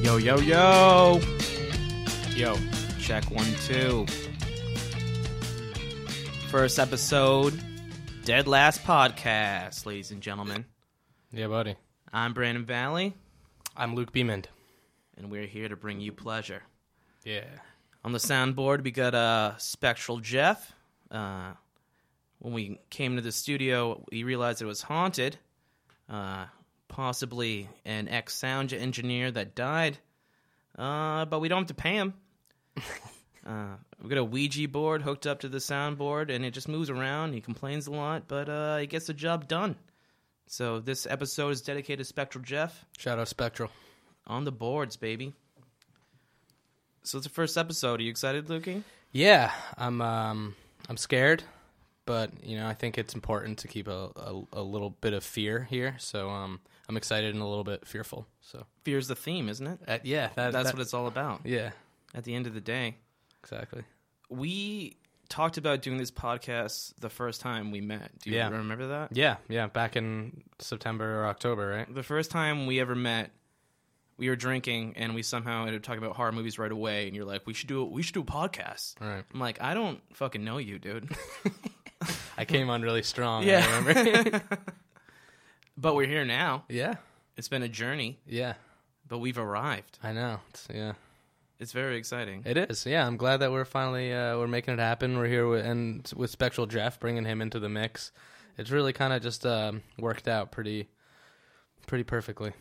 Yo, yo, yo. Yo, check one, two. First episode, Dead Last Podcast, ladies and gentlemen. Yeah, buddy. I'm Brandon Valley, I'm Luke Beamond. and we're here to bring you pleasure. Yeah. On the soundboard, we got uh, Spectral Jeff. Uh, when we came to the studio, we realized it was haunted. Uh, possibly an ex sound engineer that died. Uh, but we don't have to pay him. uh, we got a Ouija board hooked up to the soundboard, and it just moves around. He complains a lot, but uh, he gets the job done. So this episode is dedicated to Spectral Jeff Shout out Spectral. on the boards, baby. So it's the first episode. Are you excited, Lukey? Yeah, I'm um I'm scared, but you know, I think it's important to keep a, a, a little bit of fear here. So um I'm excited and a little bit fearful. So Fear's the theme, isn't it? uh, yeah, that, That's that- what it's all about. Yeah, At the end of the day, exactly. we talked about doing this podcast the first time we met. Do you Yeah. remember that? Yeah, yeah, back in September or October, right? The first time we ever met, we were drinking and we somehow ended up talking about horror movies right away. And you're like, "We should do we should do a podcast." All right. I'm like, "I don't fucking know you, dude." I came on really strong, Yeah. I Oh, remember. but we're here now. yeah. It's been a journey, Yeah. but we've arrived. I know. It's, yeah. It's very exciting. It is, yeah. I'm glad that we're finally uh, we're making it happen. We're here with and with Spectral Jeff, bringing him into the mix. It's really kind of just um, worked out pretty, pretty perfectly.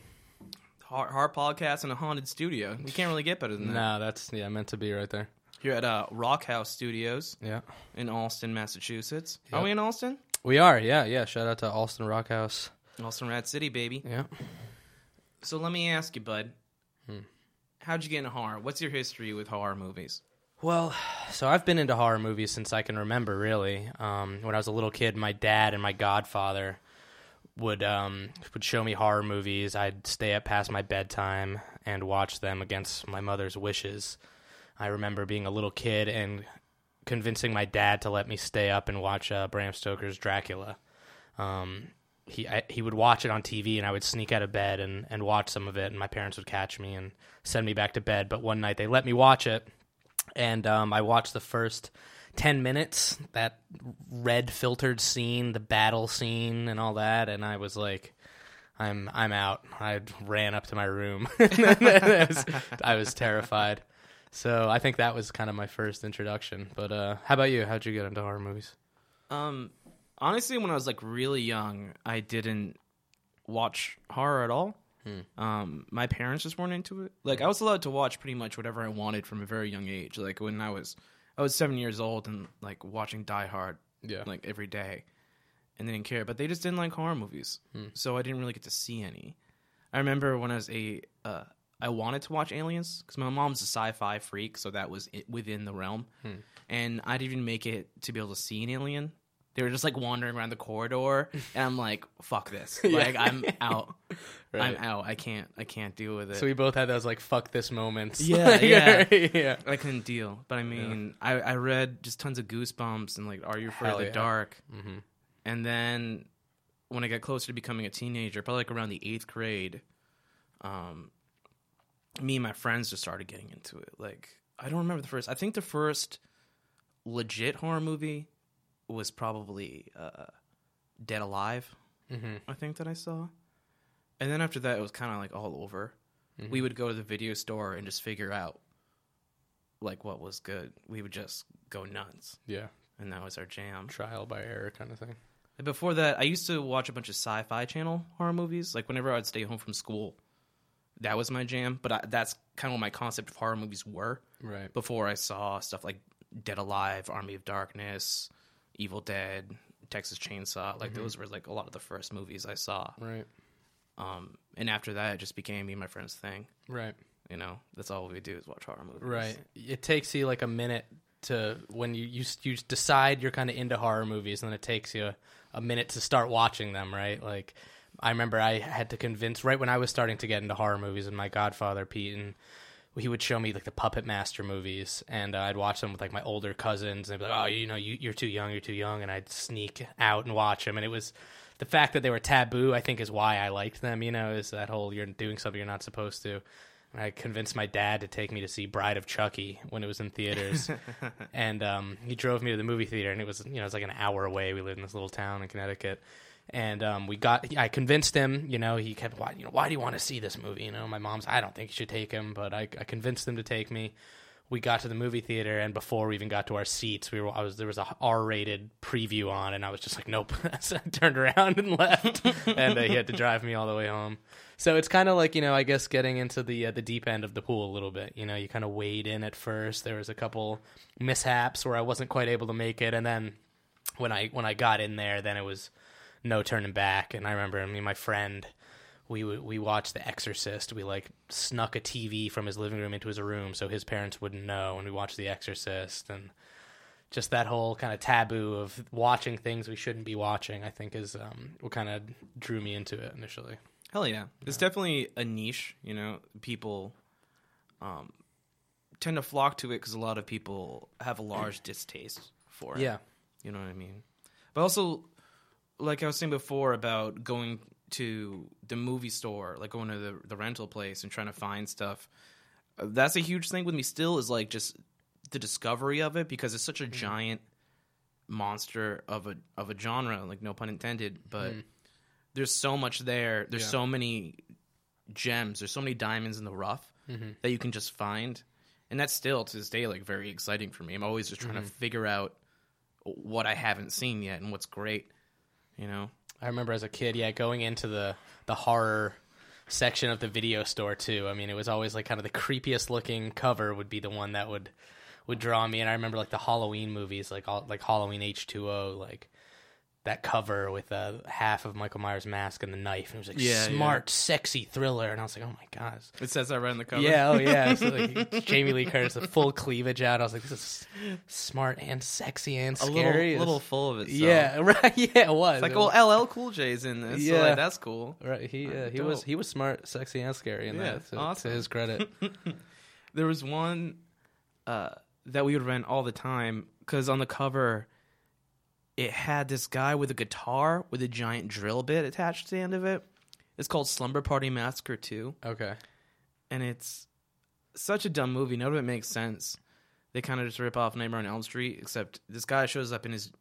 Hard, hard podcast in a haunted studio. We can't really get better than that. No, that's yeah meant to be right there. Here at uh, Rock House Studios Yeah, in Alston, Massachusetts. Yep. Are we in Alston? we are. Yeah, yeah. Shout out to Alston Rockhouse. Alston Rat City, baby. Yeah. So let me ask you, bud. How'd you get into horror? What's your history with horror movies? Well, so I've been into horror movies since I can remember, really. Um, when I was a little kid, my dad and my godfather would um, would show me horror movies. I'd stay up past my bedtime and watch them against my mother's wishes. I remember being a little kid and convincing my dad to let me stay up and watch uh, Bram Stoker's Dracula. Um, he I, he would watch it on TV, and I would sneak out of bed and, and watch some of it, and my parents would catch me and send me back to bed. But one night they let me watch it and um, I watched the first ten minutes, that red filtered scene, the battle scene, and all that, and I was like, "I'm I'm out." I ran up to my room. I, was, I was terrified. So I think that was kind of my first introduction. But uh, how about you? How'd you get into horror movies? Um, honestly, when I was like really young, I didn't watch horror at all. Um, my parents just weren't into it. Like I was allowed to watch pretty much whatever I wanted from a very young age. Like when I was, I was seven years old and like watching Die Hard Yeah. like every day and they didn't care but they just didn't like horror movies Hmm. so i didn't really get to see any i remember when i was a uh, i wanted to watch aliens because my mom's a sci-fi freak so that was it within the realm Hmm. and i didn't even make it to be able to see an alien they were just like wandering around the corridor and i'm like fuck this like i'm out i'm Right. out i can't i can't deal with it So we both had those like "fuck this" moments. Yeah, yeah. yeah. I couldn't deal. But I mean, I, I read just tons of Goosebumps and like Are You Afraid of Hell the yeah. Dark? Mhm. And then when I got closer to becoming a teenager, probably like around the eighth grade, um, me and my friends just started getting into it. Like I don't remember the first. I think the first legit horror movie was probably uh, Dead Alive. Mhm. I think that I saw. And then after that, it was kind of like all over. We would go to the video store and just figure out like what was good. We would just go nuts, Yeah. and that was our jam. Trial by error kind of thing. And Before that, I used to watch a bunch of sci-fi channel horror movies. Like whenever I'd stay home from school, that was my jam. But I, that's kind of what my concept of horror movies were Right. before I saw stuff like Dead Alive, Army of Darkness, Evil Dead, Texas Chainsaw. Like those were like a lot of the first movies I saw. Right. Um, and after that, it just became me and my friend's thing. Right. You know, that's all we do is watch horror movies. Right. It takes you like a minute to when you you, s- you decide you're kind of into horror movies, and then it takes you a, a minute to start watching them. Right. Like I remember I had to convince right when I was starting to get into horror movies, and my godfather Pete and he would show me like the Puppet Master movies, and uh, I'd watch them with like my older cousins, and they'd be like, "Oh, you know, you, you're too young, you're too young," and I'd sneak out and watch them, and it was. The fact that they were taboo, I think, is why I liked them. You know, is that whole you're doing something you're not supposed to. And I convinced my dad to take me to see Bride of Chucky when it was in theaters, and um, he drove me to the movie theater, and it was you know it was like an hour away. We lived in this little town in Connecticut, and um, we got I convinced him. You know, he kept why you know why do you want to see this movie? You know, my mom's I don't think you should take him, but I, I convinced him to take me. We got to the movie theater, and before we even got to our seats, we were I was there was a R rated preview on, and I was just like nope. so I turned around and left, and uh, he had to drive me all the way home. So it's kind of like you know I guess getting into the uh, the deep end of the pool a little bit. You know, you kind of wade in at first. There was a couple mishaps where I wasn't quite able to make it, and then when I when I got in there, then it was no turning back. And I remember, I mean, my friend, we w- we watched The Exorcist. We like snuck a TV from his living room into his room so his parents wouldn't know, and we watched The Exorcist and just that whole kind of taboo of watching things we shouldn't be watching. I think is um, what kind of drew me into it initially. Hell yeah. It's definitely a niche, you know, people um, tend to flock to it because a lot of people have a large distaste for it. Yeah. You know what I mean? But also, like I was saying before about going to the movie store, like going to the, the rental place and trying to find stuff, uh, that's a huge thing with me still is like just the discovery of it because it's such a giant monster of a of a genre, like no pun intended, but there's so much there. There's Yeah. so many gems. There's so many diamonds in the rough that you can just find, and that's still to this day like very exciting for me. I'm always just trying to figure out what I haven't seen yet and what's great. You know, I remember as a kid, yeah, going into the the horror section of the video store too. I mean, it was always like kind of the creepiest looking cover would be the one that would would draw me. And I remember like the Halloween movies, like all like Halloween H two O, like that cover with uh, half of Michael Myers' mask and the knife. And it was like Yeah, yeah. smart, sexy thriller. And I was like, oh my god, it says that right on the cover. yeah, oh yeah. So, like, Jamie Lee Curtis, the full cleavage out. I was like, this is smart and sexy and a scary. little, little full of it. So. yeah, right. Yeah, it was. It's like, It was- well, LL Cool J's in this, so Yeah. like, that's cool. Right, he uh, he dope. was he was smart, sexy, and scary in Yeah, that. To, awesome. to his credit, There was one uh, that we would rent all the time because on the cover, it had this guy with a guitar with a giant drill bit attached to the end of it. It's called Slumber Party Massacre 2, okay, and it's such a dumb movie. None of it makes sense. They kind of just rip off Nightmare on Elm Street, except this guy shows up in his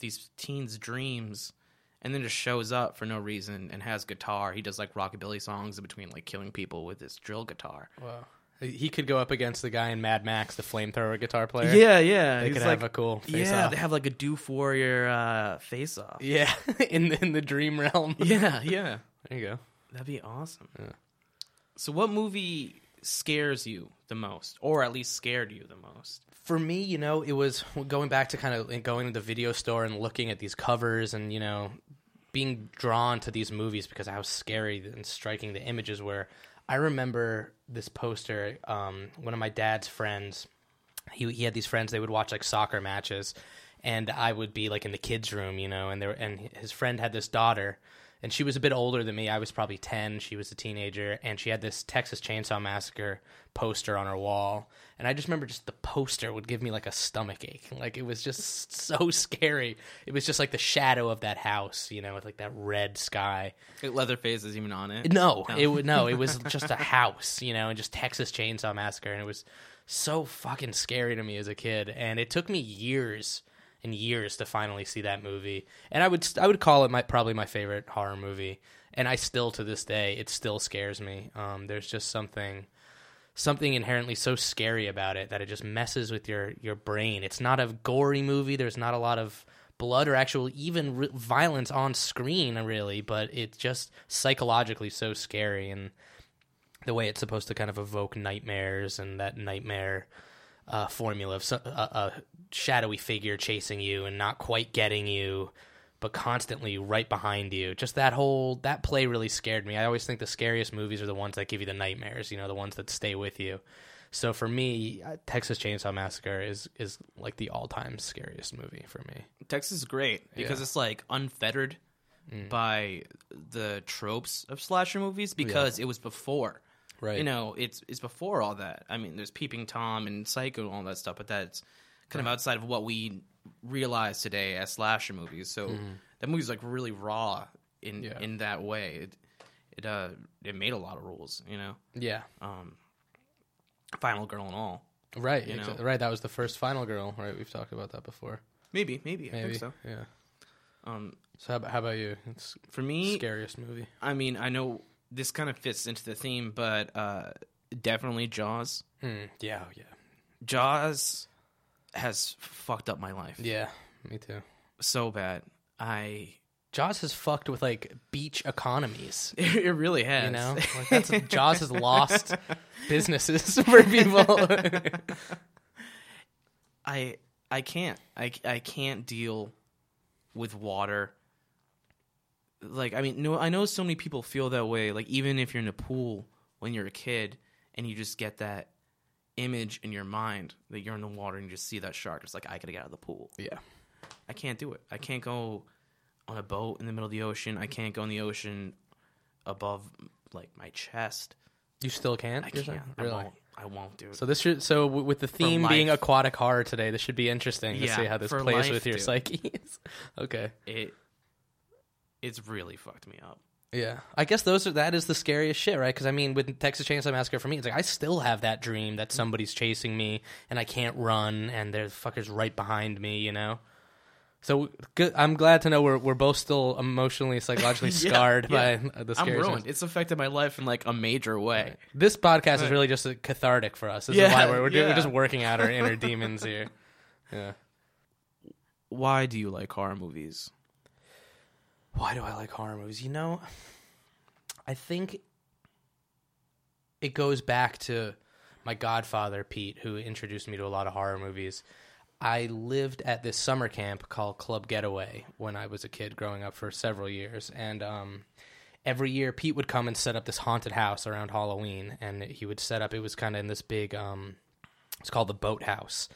these teens' dreams and then just shows up for no reason and has guitar. He does like rockabilly songs in between like killing people with this drill guitar. wow, he could go up against the guy in Mad Max, the flamethrower guitar player. Yeah, yeah. they he's could like- have a cool face yeah, off. they have like a Doof Warrior uh, face off. yeah, in the, in the dream realm. Yeah, yeah. There you go. That'd be awesome. So, what movie scares you the most, or at least scared you the most? for me, you know, it was going back to kind of going to the video store and looking at these covers and, you know, being drawn to these movies because of how scary and striking the images were. I remember this poster, um, one of my dad's friends, he, he had these friends, they would watch like soccer matches and I would be like in the kids room, you know, and there, and his friend had this daughter and she was a bit older than me. I was probably 10. She was a teenager. And she had this Texas Chainsaw Massacre poster on her wall. And I just remember just the poster would give me like a stomach ache. Like it was just so scary. It was just like the shadow of that house, you know, with like that red sky. Like Leatherface is even on it. No, it would no. It was just a house, you know, and just Texas Chainsaw Massacre, and it was so fucking scary to me as a kid. And it took me years and years to finally see that movie. And I would I would call it my probably my favorite horror movie. And I still to this day it still scares me. Um, there's just something something inherently so scary about it that it just messes with your your brain. It's not a gory movie. There's not a lot of blood or actual even re- violence on screen really, but it's just psychologically so scary and the way it's supposed to kind of evoke nightmares and that nightmare uh, formula of so- a, a shadowy figure chasing you and not quite getting you but constantly right behind you just that whole that play really scared me i always think the scariest movies are the ones that give you the nightmares you know the ones that stay with you so for me uh, texas chainsaw massacre is is like the all-time scariest movie for me Texas is great because it's like unfettered Mm. by the tropes of slasher movies because it was before. Right. You know, it's it's before all that. I mean, there's Peeping Tom and Psycho and all that stuff, but that's kind of outside of what we realize today as slasher movies. So Mm-hmm. that movie's like really raw in in that way. It it uh it made a lot of rules, you know. yeah Um Final Girl and all. Right. You know? exa- Right. That was the first Final Girl. Right. We've talked about that before. Maybe, maybe, I Maybe. think so. Yeah. Um, So how, ab- how about you? It's for me, scariest movie. I mean, I know this kind of fits into the theme, but uh, definitely Jaws. Mm, yeah. oh, Yeah. Jaws has fucked up my life Yeah. Me too. so bad. I Jaws has fucked with like beach economies. it really has. You know, like that's Jaws has lost businesses for people. I I can't I I can't deal with water. Like I mean, no, I know so many people feel that way. Like even if you're in a pool when you're a kid, and you just get that image in your mind that you're in the water and you just see that shark. It's like I gotta get out of the pool. yeah. I can't do it. I can't go on a boat in the middle of the ocean. I can't go in the ocean above like my chest. You still can't. I you're can't. saying? I Really? won't. I won't do it. So this should so w- with the theme life. being aquatic horror today, this should be interesting to Yeah, see how this for plays life, with your dude. psyches. okay. it it's really fucked me up. Yeah, I guess those are that is the scariest shit, right? Because I mean, with Texas Chainsaw Massacre, for me, it's like I still have that dream that somebody's chasing me and I can't run, and there's fuckers right behind me, you know. So good. I'm glad to know we're we're both still emotionally, psychologically Yeah, scarred yeah. by the I'm scary. ruined. It's affected my life in like a major way. This podcast is really just a cathartic for us. This is Yeah, why we're we're, do- we're yeah. just working out our inner demons here. Yeah. Why do you like horror movies? why do I like horror movies? You know, I think it goes back to my godfather Pete, who introduced me to a lot of horror movies. I lived at this summer camp called Club Getaway when I was a kid growing up for several years, and um, every year Pete would come and set up this haunted house around Halloween, and he would set up. It was kind of in this big. Um, it's called the Boathouse,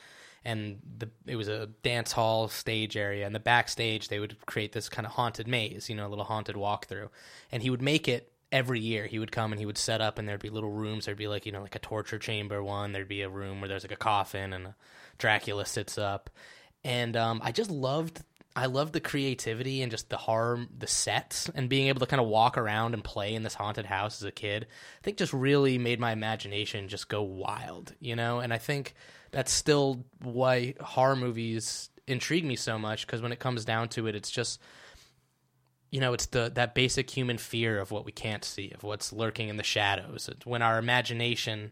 and the it was a dance hall stage area. And the backstage, they would create this kind of haunted maze, you know, a little haunted walkthrough. And he would make it every year. He would come and he would set up, and there'd be little rooms. There'd be like you know, like a torture chamber one. There'd be a room where there's like a coffin and a Dracula sits up. And um, I just loved. I loved the creativity and just the horror, the sets, and being able to kind of walk around and play in this haunted house as a kid. I think just really made my imagination just go wild, you know? And I think that's still why horror movies intrigue me so much because when it comes down to it, it's just you know, it's the that basic human fear of what we can't see, of what's lurking in the shadows. It's when our imagination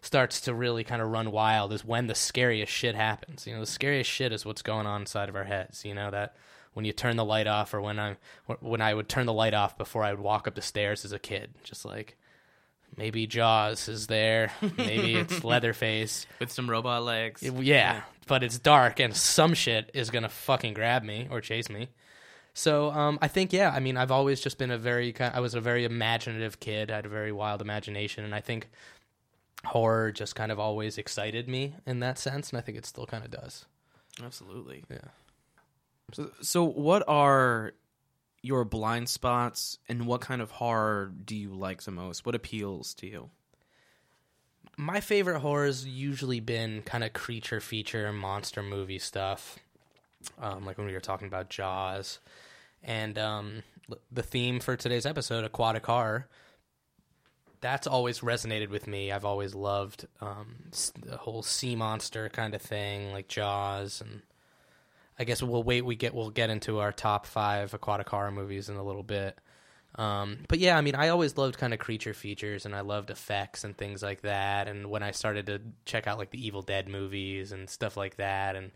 starts to really kind of run wild is when the scariest shit happens. You know, the scariest shit is what's going on inside of our heads. You know that when you turn the light off, or when I when I would turn the light off before I would walk up the stairs as a kid, just like maybe Jaws is there, maybe it's Leatherface. With some robot legs. It- yeah, but it's dark and some shit is gonna fucking grab me or chase me. So um, I think yeah, I mean I've always just been a very ki- I was a very imaginative kid. I had a very wild imagination, and I think horror just kind of always excited me in that sense, and I think it still kind of does. Absolutely. Yeah. So, so what are your blind spots and what kind of horror do you like the most? What appeals to you? my favorite horror's usually been kind of creature feature monster movie stuff um, like when we were talking about jaws and um, l- the theme for today's episode aquatic horror that's always resonated with me i've always loved um, s- the whole sea monster kind of thing like jaws and i guess we'll wait we get we'll get into our top five aquatic horror movies in a little bit um, but yeah, I mean, I always loved kind of creature features and I loved effects and things like that. And when I started to check out like the Evil Dead movies and stuff like that, and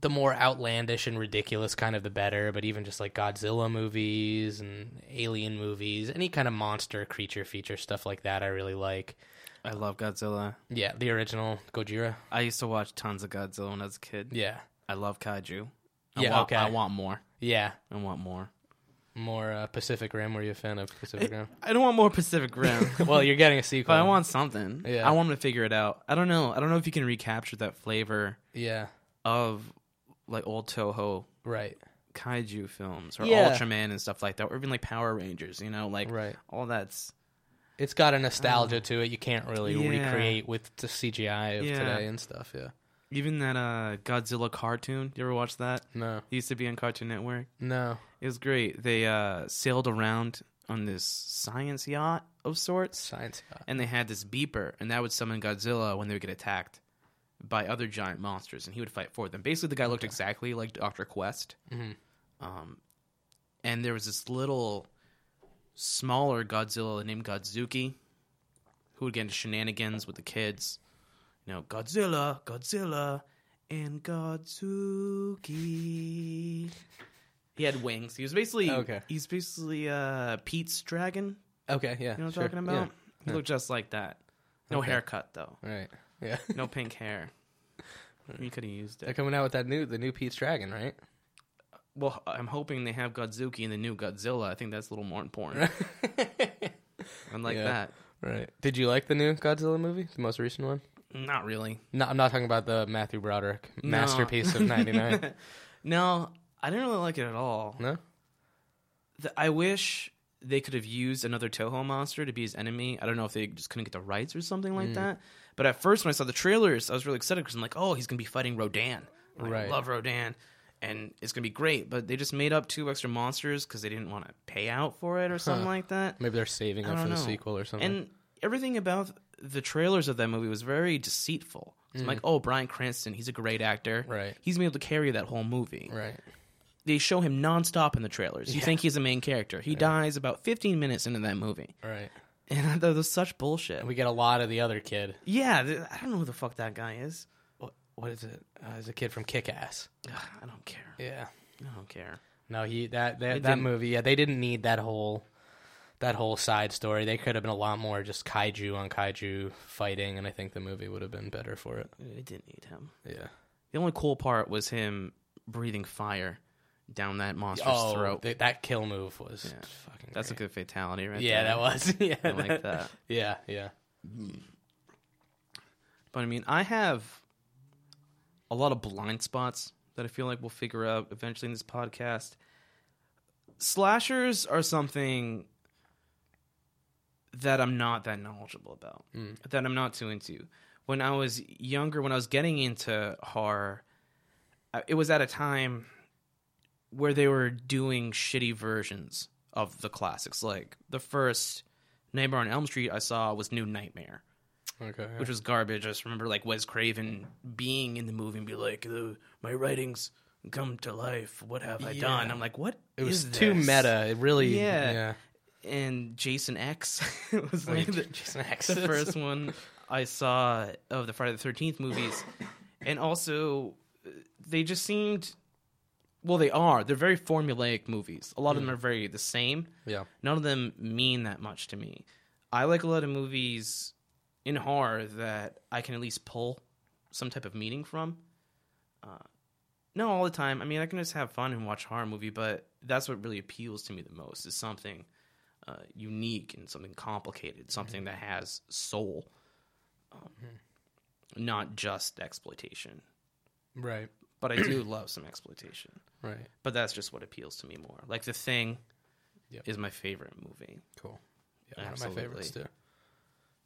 the more outlandish and ridiculous kind of the better, but even just like Godzilla movies and alien movies, any kind of monster creature feature stuff like that, I really like. I love Godzilla. Yeah, the original Gojira. I used to watch tons of Godzilla when I was a kid. Yeah. I love kaiju. I Yeah, want, okay. I want more. Yeah. I want more. More uh, Pacific Rim. Were you a fan of Pacific Rim? I don't want more Pacific Eh, Rim. well, you're getting a sequel. But I want something. Yeah. I want them to figure it out. I don't know. I don't know if you can recapture that flavor Yeah. of like old Toho Right. kaiju films or Yeah. Ultraman and stuff like that, or even like Power Rangers. You know, like Right. all that's It's got a nostalgia to it. You can't really Oh. Yeah. recreate with the CGI of Yeah. today and stuff. Yeah. even that uh Godzilla cartoon. You ever watch that? No. It used to be on Cartoon Network. No. It was great. They uh sailed around on this science yacht of sorts, Science. God. and they had this beeper, and that would summon Godzilla when they would get attacked by other giant monsters, and he would fight for them. Basically, the guy looked exactly like Doctor Quest, Mhm. um, and there was this little smaller Godzilla named Godzuki, who would get into shenanigans with the kids. You know, Godzilla, Godzilla, and Godzuki. He had wings. He was basically Okay. He's basically uh, Pete's dragon. Okay. Yeah. You know what sure. I'm talking Yeah. about? He looked just like that. No Okay. haircut though. Right. Yeah. No pink hair. You could have used They're it. coming out with that new the new Pete's Dragon, right? Well, I'm hoping they have Godzuki in the new Godzilla. I think that's a little more important. I like Yeah. that. Right. Did you like the new Godzilla movie, the most recent one? Not really. No, I'm not talking about the Matthew Broderick No. masterpiece of '99. No, I didn't really like it at all. no. The- I wish they could have used another Toho monster to be his enemy. I don't know if they just couldn't get the rights or something Mm. like that. But at first, when I saw the trailers, I was really excited because I'm like, oh, he's going to be fighting Rodan. Like, I Right. love Rodan. And it's going to be great. But they just made up two extra monsters because they didn't want to pay out for it or something like that. Maybe they're saving it I for don't the know. sequel or something. And everything about the trailers of that movie was very deceitful. It's like, oh, Brian Cranston, he's a great actor. Mm. Right. He's been able to carry that whole movie. right. They show him nonstop in the trailers. You think he's the main character. He dies about 15 minutes into that movie. Right. And I thought that was such bullshit. And we get a lot of the other kid. yeah, th- I don't know who the fuck that guy is. What, what is it? Uh, is a kid from Kick Ass. Ugh, I don't care. Yeah. I don't care. No, he that that, It that didn't- movie. Yeah, they didn't need that whole that whole side story. They could have been a lot more just kaiju on kaiju fighting, and I think the movie would have been better for it. I didn't need him. Yeah. The only cool part was him breathing fire down that monster's Oh, throat. th- that kill move was Yeah. fucking. That's a great. good fatality, right? yeah, there. that was. Yeah, I like that. Yeah, yeah. But I mean, I have a lot of blind spots that I feel like we'll figure out eventually in this podcast. Slashers are something that I'm not that knowledgeable about, that I'm not too into. When I was younger, when I was getting into horror, uh, it was at a time where they were doing shitty versions of the classics. Like the first Nightmare on Elm Street I saw was New Nightmare Okay. which was garbage. I just remember like Wes Craven being in the movie and be like, "The- "My writings come to life. What have I Yeah. done?" I'm like, "What?" it was is too this?" meta. It really. Yeah. Yeah. And Jason X was like Like, the, Jason X. the first one I saw of the Friday the Thirteenth movies, and also uh, they just seemed. Well, they are. They're very formulaic movies. A lot of them Hmm. are very the same Yeah. none of them mean that much to me. I like a lot of movies in horror that I can at least pull some type of meaning from. Uh, no, all the time. I mean, I can just have fun and watch a horror movie, but that's what really appeals to me the most is something uh, unique and something complicated, something that has soul, um, not just exploitation. Right. But I do love some exploitation. Right. But that's just what appeals to me more. Like The Thing Yep. is my favorite movie. Cool. Yeah, Absolutely. one of my favorites too.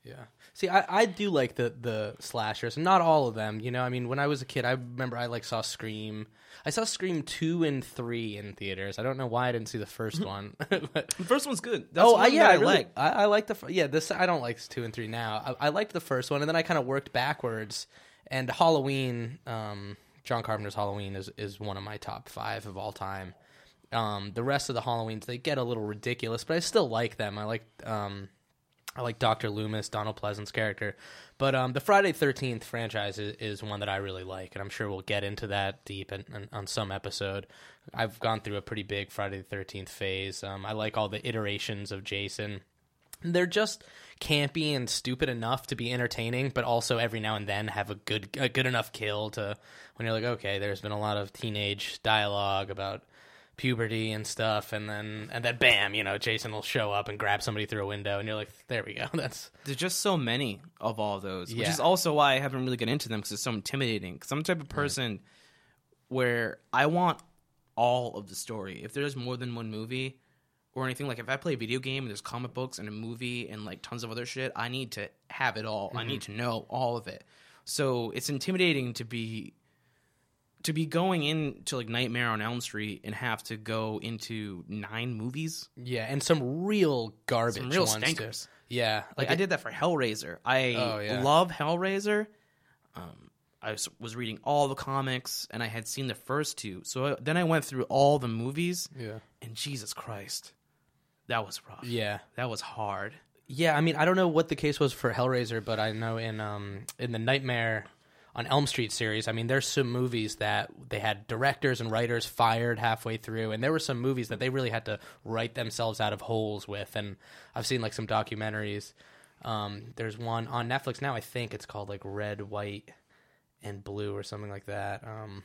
Yeah. See, I, I do like the the slashers. Not all of them, you know. I mean, when I was a kid, I remember I like saw Scream. I saw Scream two and three in theaters. I don't know why I didn't see the first one. but, The first one's good. That's oh, oh, I, yeah, that I, I, really, like. I, I like the fir- yeah. This I don't like two and three now. I, I liked the first one, and then I kind of worked backwards. And Halloween, um, John Carpenter's Halloween is is one of my top five of all time. Um, the rest of the Halloweens they get a little ridiculous, but I still like them. I like um, I like Doctor Loomis, Donald Pleasant's character, but um, the Friday Thirteenth franchise is, is one that I really like, and I'm sure we'll get into that deep in, in, on some episode. I've gone through a pretty big Friday the Thirteenth phase. Um, I like all the iterations of Jason. They're just campy and stupid enough to be entertaining, but also every now and then have a good a good enough kill to when you're like, okay, there's been a lot of teenage dialogue about puberty and stuff and then and then bam you know jason will show up and grab somebody through a window and you're like there we go that's There's just so many of all those, which Yeah. is also why I haven't really got into them because it's so intimidating. Because I'm the type of person where I want all of the story. If there's more than one movie or anything, like if I play a video game and there's comic books and a movie and like tons of other shit, I need to Mm-hmm. have it all. I need to know all of it. So it's intimidating to be to be going into like Nightmare on Elm Street and have to go into nine movies. Yeah, and some real garbage. Some real ones too. stinkers. Yeah, Like I did that for Hellraiser. I Oh, yeah. love Hellraiser. Um, I was- was reading all the comics and I had seen the first two. So I, then I went through all the movies Yeah. and Jesus Christ, that was rough. Yeah. That was hard. Yeah, I mean, I don't know what the case was for Hellraiser, but I know in um in the Nightmare on Elm Street series, I mean, there's some movies that they had directors and writers fired halfway through, and there were some movies that they really had to write themselves out of holes with. And I've seen like some documentaries. Um, there's one on Netflix now. I think it's called like Red, White, and Blue or something like that. Um,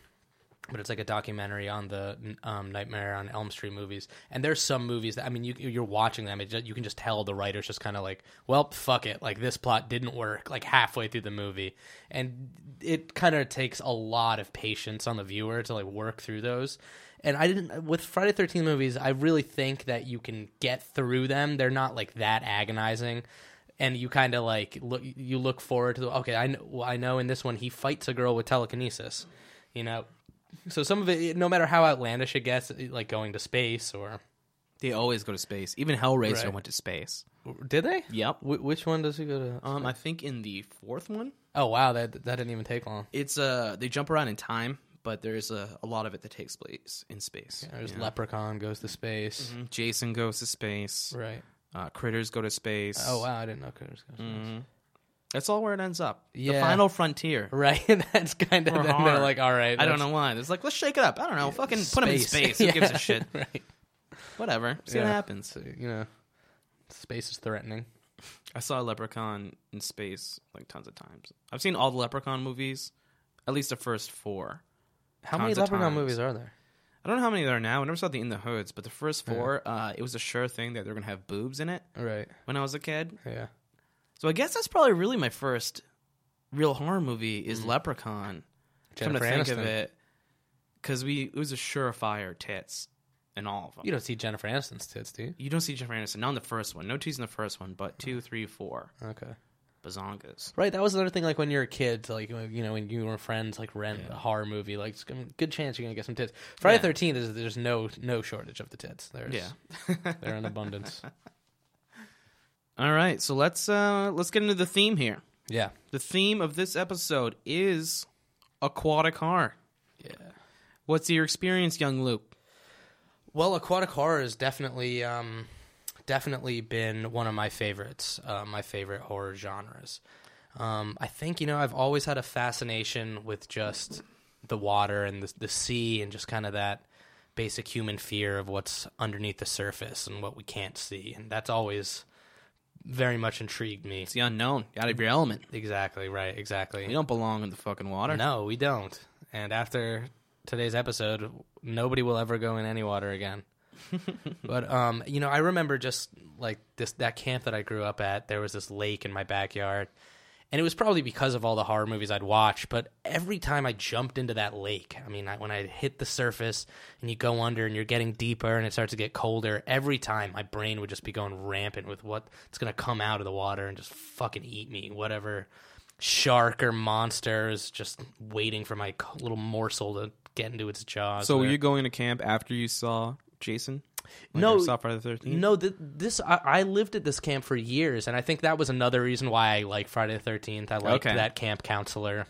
but it's like a documentary on the um, Nightmare on Elm Street movies. And there's some movies that I mean, you you're watching them, it just, you can just tell the writers just kind of like, well, fuck it, like this plot didn't work, like halfway through the movie, and it kind of takes a lot of patience on the viewer to like work through those. And I didn't with Friday Thirteen movies. I really think that you can get through them. They're not like that agonizing and you kind of like look you look forward to the, okay I know well, I know in this one he fights a girl with telekinesis you know so some of it no matter how outlandish it gets like going to space or They always go to space. Even Hellraiser Right. went to space. did they Yep. Wh- which one does he go to Um, I think in the fourth one, oh wow that that didn't even take long it's uh they jump around in time, but there's a, a lot of it that takes place in space. there's leprechaun goes to space Jason goes to space. right Uh, critters go to space. oh wow I didn't know Critters goes to space. That's all where it ends up. The Yeah. final frontier. right that's kind of Or then hard. they're like all right I don't that's know why. It's like let's shake it up. I don't know. Fucking put him in space. Who Yeah. gives a shit? right Whatever. See what Yeah. happens. so, you know space is threatening I saw Leprechaun in space like tons of times. I've seen all the Leprechaun movies, at least the first four. how Tons many of leprechaun times. movies are there I don't know how many there are now. I never saw the In the Hoods, but the first four, uh, it was a sure thing that they were gonna have boobs in it right when I was a kid. yeah So I guess that's probably really my first real horror movie is Leprechaun. Come to Mm. Jennifer think of Aniston. it, because we it was a surefire tits in all of them. You don't see Jennifer Aniston's tits, do you? You don't see Jennifer Aniston. Not in the first one. No titties in the first one, but two, three, four. Okay. Bazongas. Right, that was another thing. Like when you're a kid, like you know, when you and friends like rent a horror movie, like it's gonna- good chance you're gonna get some tits. Friday Yeah. Thirteenth is there's no no shortage of the tits. There's, Yeah. they're in abundance. All right, so let's uh let's get into the theme here. yeah, The theme of this episode is aquatic horror. yeah. What's your experience, young Luke? Well, aquatic horror has definitely, um, definitely been one of my favorites. Uh, my favorite horror genres. Um, I think you know I've always had a fascination with just the water and the, the sea and just kind of that basic human fear of what's underneath the surface and what we can't see, and that's always very much intrigued me. It's the unknown, out of your element. Exactly right. Exactly. You don't belong in the fucking water. No, we don't. And after today's episode, nobody will ever go in any water again. but um, you know, I remember just like this that camp that I grew up at. There was this lake in my backyard, and it was probably because of all the horror movies I'd watched. But every time I jumped into that lake, I mean, I, when I hit the surface and you go under and you're getting deeper and it starts to get colder, every time my brain would just be going rampant with what's going to come out of the water and just fucking eat me, whatever shark or monster is just waiting for my c- little morsel to get into its jaws. So were Or- you going to camp after you saw Jason? When No, you saw Friday the Thirteenth. No, th- this I, I lived at this camp for years, and I think that was another reason why I like Friday the Thirteenth. I liked Okay. that camp counselor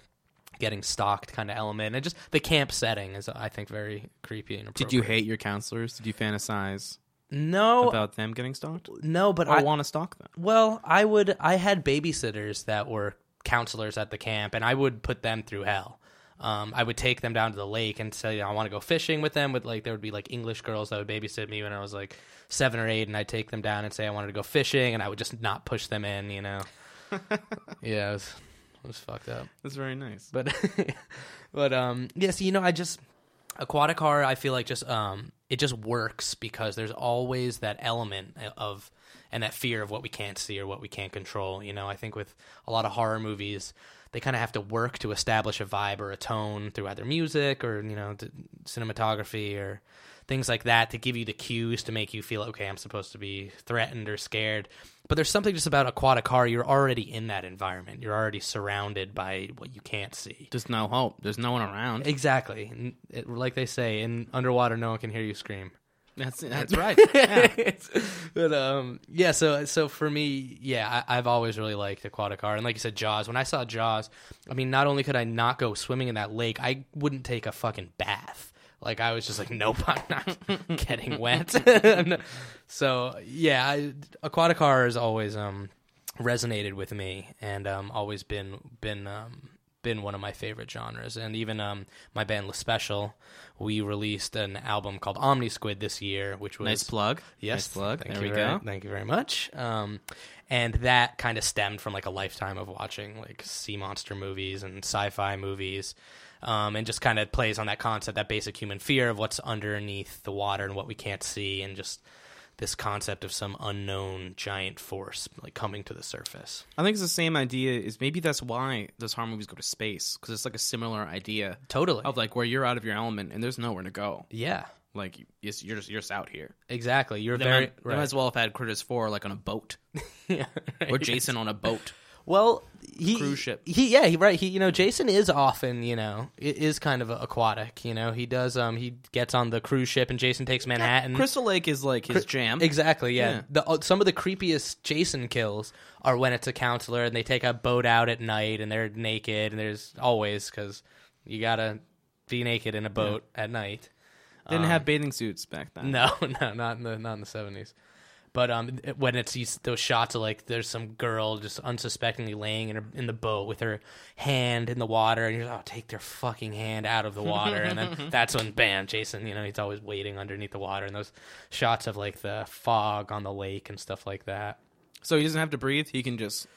getting stalked kind of element, and just the camp setting is, I think, very creepy and Did you hate your counselors? Did you fantasize No, about them getting stalked? no, but I Oh, I want to stalk them. well, I would. I had babysitters that were counselors at the camp, and I would put them through hell. Um, I would take them down to the lake and say, I want to go fishing with them. With like, there would be like English girls that would babysit me when I was like seven or eight, and I'd take them down and say I wanted to go fishing, and I would just not push them in, you know. yeah, it was, it was fucked up That's very nice. but but um yeah so you know i just aquatic horror i feel like just um it just works because there's always that element of and that fear of what we can't see or what we can't control you know i think with a lot of horror movies they kind of have to work to establish a vibe or a tone through either music or you know t- cinematography or things like that to give you the cues to make you feel okay i'm supposed to be threatened or scared But there's something just about aquatic horror. You're already in that environment. You're already surrounded by what you can't see. There's no hope. There's no one around. Exactly. And it- like they say, in underwater, no one can hear you scream. That's that's right. but um, yeah. So so for me, yeah, I, I've always really liked aquatic horror. And like you said, Jaws. When I saw Jaws, I mean, not only could I not go swimming in that lake, I wouldn't take a fucking bath. Like I was just like, nope, I'm not getting wet. so yeah, I, aquatic horror has always um resonated with me and um always been been um been one of my favorite genres and even um my band La Special we released an album called Omni Squid this year which was nice plug. Yes, Nice plug. Thank there you we very, go. Thank you very much. Um, and that kind of stemmed from like a lifetime of watching like sea monster movies and sci-fi movies, um, and just kind of plays on that concept, that basic human fear of what's underneath the water and what we can't see, and just this concept of some unknown giant force like coming to the surface. I think it's the same idea. Is maybe that's why those horror movies go to space because it's like a similar idea Totally. of like where you're out of your element and there's nowhere to go. Oh, yeah. Like it's, you're just you're just out here. Exactly. You're They, very might, they might as well have had Critters Four like on a boat yeah, right. or Jason on a boat. Well, he Cruise ship. He yeah, he right. He you know Jason is often you know i- is kind of aquatic. You know he does um he gets on the cruise ship and Jason takes Manhattan. Crystal Lake is like his jam. Exactly. Yeah. Yeah. The, uh, some of the creepiest Jason kills are when it's a counselor and they take a boat out at night and they're naked and there's always because you gotta be naked in a boat at night. They Didn't have bathing suits back then. No, no, not in the not in the seventies. But um, it- when it's these, those shots of like there's some girl just unsuspectingly laying in her, in the boat with her hand in the water, and you're like, oh, take their fucking hand out of the water, and then that's when bam, Jason, you know, he's always waiting underneath the water, and those shots of like the fog on the lake and stuff like that. So he doesn't have to breathe. He can just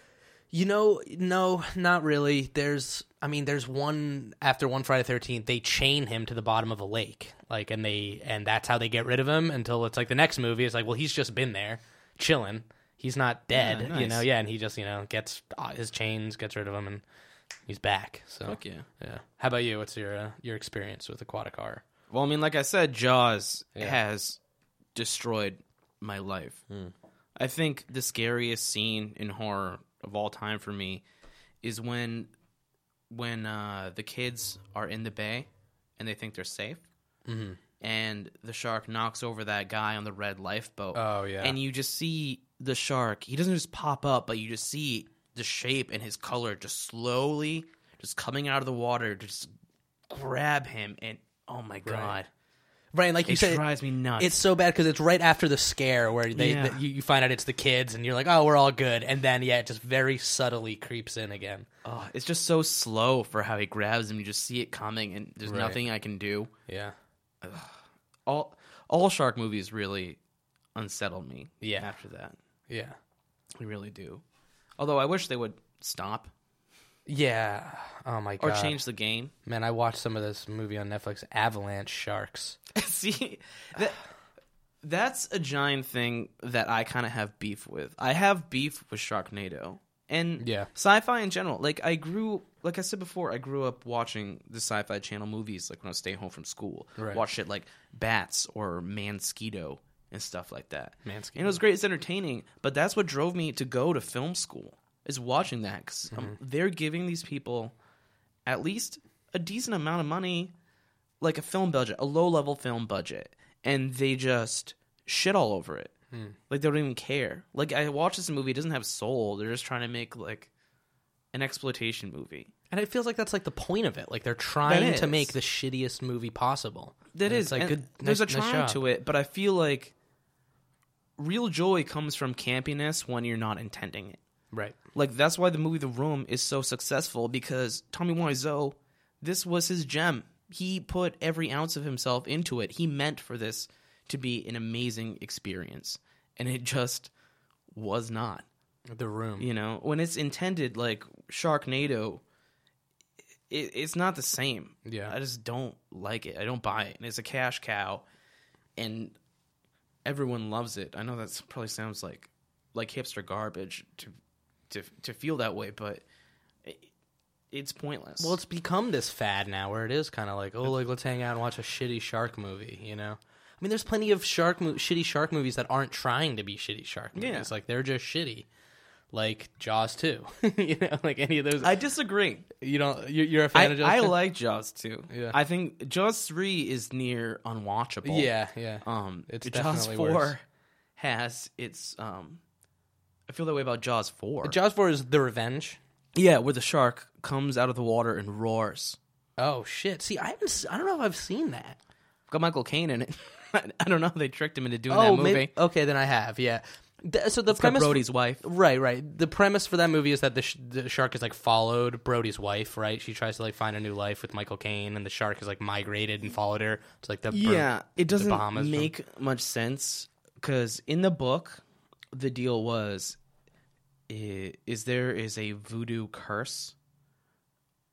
You know, no, not really. There's, I mean, there's one after one Friday Thirteenth, they chain him to the bottom of a lake, like, and they, and that's how they get rid of him until it's like the next movie. It's like, well, he's just been there, chilling. He's not dead, Yeah, you know. nice. Yeah, and he just, you know, gets uh, his chains, gets rid of him, and he's back. So, fuck yeah. yeah. How about you? What's your uh, your experience with aquatic horror? Well, I mean, like I said, Jaws Yeah. has destroyed my life. Hmm. I think the scariest scene in horror of all time for me is when when uh, the kids are in the bay and they think they're safe, Mm-hmm. and the shark knocks over that guy on the red lifeboat. Oh, yeah. and you just see the shark. He doesn't just pop up, but you just see the shape and his color just slowly just coming out of the water, just grab him, and oh my god. Right, like you It drives me nuts. it's so bad because it's right after the scare where they Yeah. that you, you find out it's the kids and you're like oh we're all good and then yeah it just very subtly creeps in again Oh, it's just so slow for how he grabs him. You just see it coming, and there's Right. nothing I can do. yeah All all shark movies really unsettle me. Yeah. after that, yeah they really do. Although I wish they would stop yeah oh my or god change the game. man i watched some of this movie on netflix avalanche sharks see, that, that's a giant thing that I kind of have beef with. I have beef with Sharknado and Yeah. sci-fi in general. Like I grew, like I said before, I grew up watching the Sci-Fi Channel movies. Like when I was staying home from school, Right. watch shit like Bats or Mansquito and stuff like that. Mansquito. And it was great. It's entertaining, but that's what drove me to go to film school is watching that because Mm-hmm. they're giving these people at least a decent amount of money like a film budget, a low level film budget, and they just shit all over it. Hmm. Like they don't even care. Like I watched this movie; it doesn't have soul. They're just trying to make like an exploitation movie. and it feels like that's like the point of it like they're trying to is. make the shittiest movie possible That And is it's like and good There's nice- a nice charm job. to it, but I feel like real joy comes from campiness when you're not intending it. right Like that's why the movie The Room is so successful because Tommy Wiseau, this was his gem. He put every ounce of himself into it. He meant for this to be an amazing experience, and it just was not. the room You know, when it's intended like Sharknado, it, it's not the same. Yeah. I just don't like it. I don't buy it, and it's a cash cow, and everyone loves it. I know that's probably sounds like like hipster garbage to to to feel that way, but it, it's pointless. Well, it's become this fad now where it is kind of like, oh, like let's hang out and watch a shitty shark movie, you know? I mean, there's plenty of shark mo- shitty shark movies that aren't trying to be shitty shark movies. Yeah. Like they're just shitty. Like Jaws 2. you know, like any of those. I disagree. you don't you- you're a fan I, of Jaws I 2? like Jaws too. Yeah. I think Jaws three is near unwatchable. Yeah, yeah. Um, It's Jaws definitely four worse. has its. Um, I feel that way about Jaws four. Jaws 4 is The Revenge. yeah, where the shark comes out of the water and roars. Oh shit. See, I haven't s- I don't know if I've seen that. Got Michael Caine in it. I don't know. They tricked him into doing that oh, movie. maybe, okay, then I have. Yeah. The- so the It's got premise Brody's wife. Right, right. The premise for that movie is that the, sh- the shark is like followed Brody's wife, right? She tries to like find a new life with Michael Caine, and the shark has like migrated and followed her to like the Bur- Yeah, it doesn't Bahamas from- make much sense because in the book, the deal was i- is there is a voodoo curse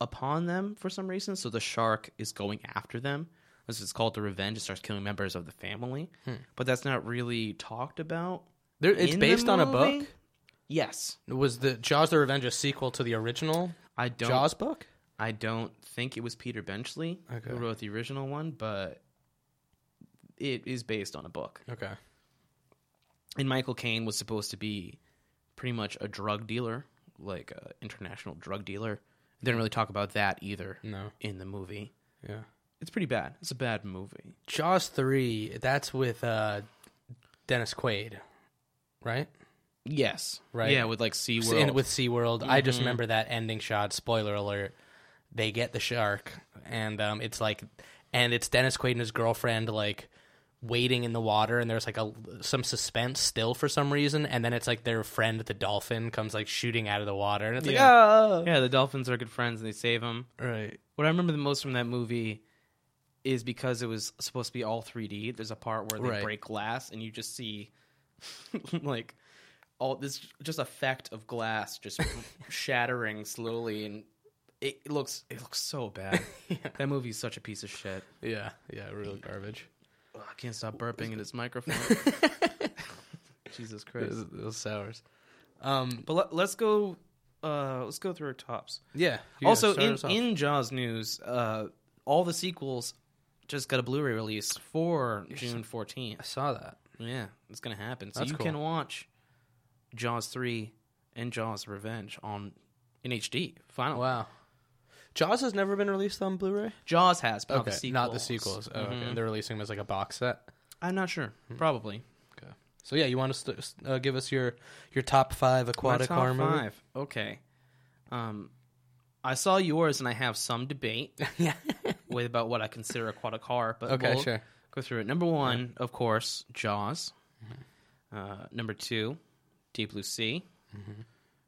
upon them for some reason, so the shark is going after them. This is called the revenge. It starts killing members of the family, but that's not really talked about. There- Hmm. it's in the based on a movie? book. Yes, Was the Jaws the Revenge a sequel to the original I don't. Jaws book? I don't think it was Peter Benchley Okay. who wrote the original one, but it is based on a book. Okay. and Michael Caine was supposed to be pretty much a drug dealer, like an international drug dealer. They didn't really talk about that either No. in the movie. Yeah. It's pretty bad. It's a bad movie. Jaws 3, that's with uh Dennis Quaid, right? Yes. Right. Yeah, with like SeaWorld. And with SeaWorld, I just remember that ending shot. Spoiler alert. They get the shark, and um, it's like, and it's Dennis Quaid and his girlfriend like waiting in the water, and there's like a some suspense still for some reason, and then it's like their friend the dolphin comes like shooting out of the water, and it's like, "Ah!" Yeah. oh, "Ah." yeah, the dolphins are good friends and they save him. right, What I remember the most from that movie is because it was supposed to be all 3D. There's a part where they Right. break glass and you just see like all this just effect of glass just shattering slowly and it it looks it looks so bad. That movie's such a piece of shit. yeah, yeah, real garbage. Ugh, I can't stop burping in this microphone. Jesus Christ. Those sours. Um, But let, let's go uh let's go through our tops. yeah. also, in, in Jaws news, uh, all the sequels just got a Blu-ray release for June I fourteenth. saw that. Yeah, it's gonna happen. So That's you cool. can watch Jaws three and Jaws Revenge on in HD. Finally, Wow. Jaws has never been released on Blu-ray. Jaws has but not the sequels. Hmm. Oh, okay. They're releasing them as like a box set. I'm not sure. Probably Okay. So yeah, you want to st- st- uh, give us your your top five My aquatic top horror movie? five. Okay. Um, I saw yours, and I have some debate yeah. with about what I consider aquatic horror. But Okay, we'll sure. Go through it. Number one, of course, Jaws. Mm-hmm. Uh, number two, Deep Blue Sea.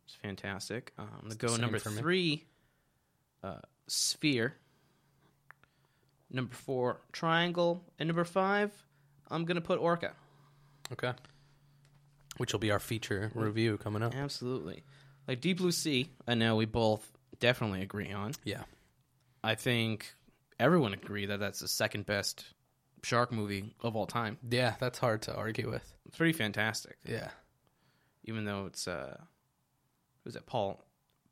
It's fantastic. Um, I'm gonna go same number for me. three, uh, Sphere. Number four, Triangle, and number five, I'm gonna put Orca. Okay. Which will be our feature Mm. review coming up. Absolutely, like Deep Blue Sea. I know we both definitely agree on. Yeah. I think everyone agree that that's the second best shark movie of all time. Yeah, that's hard to argue with. It's pretty fantastic. Yeah. even though it's uh who's it paul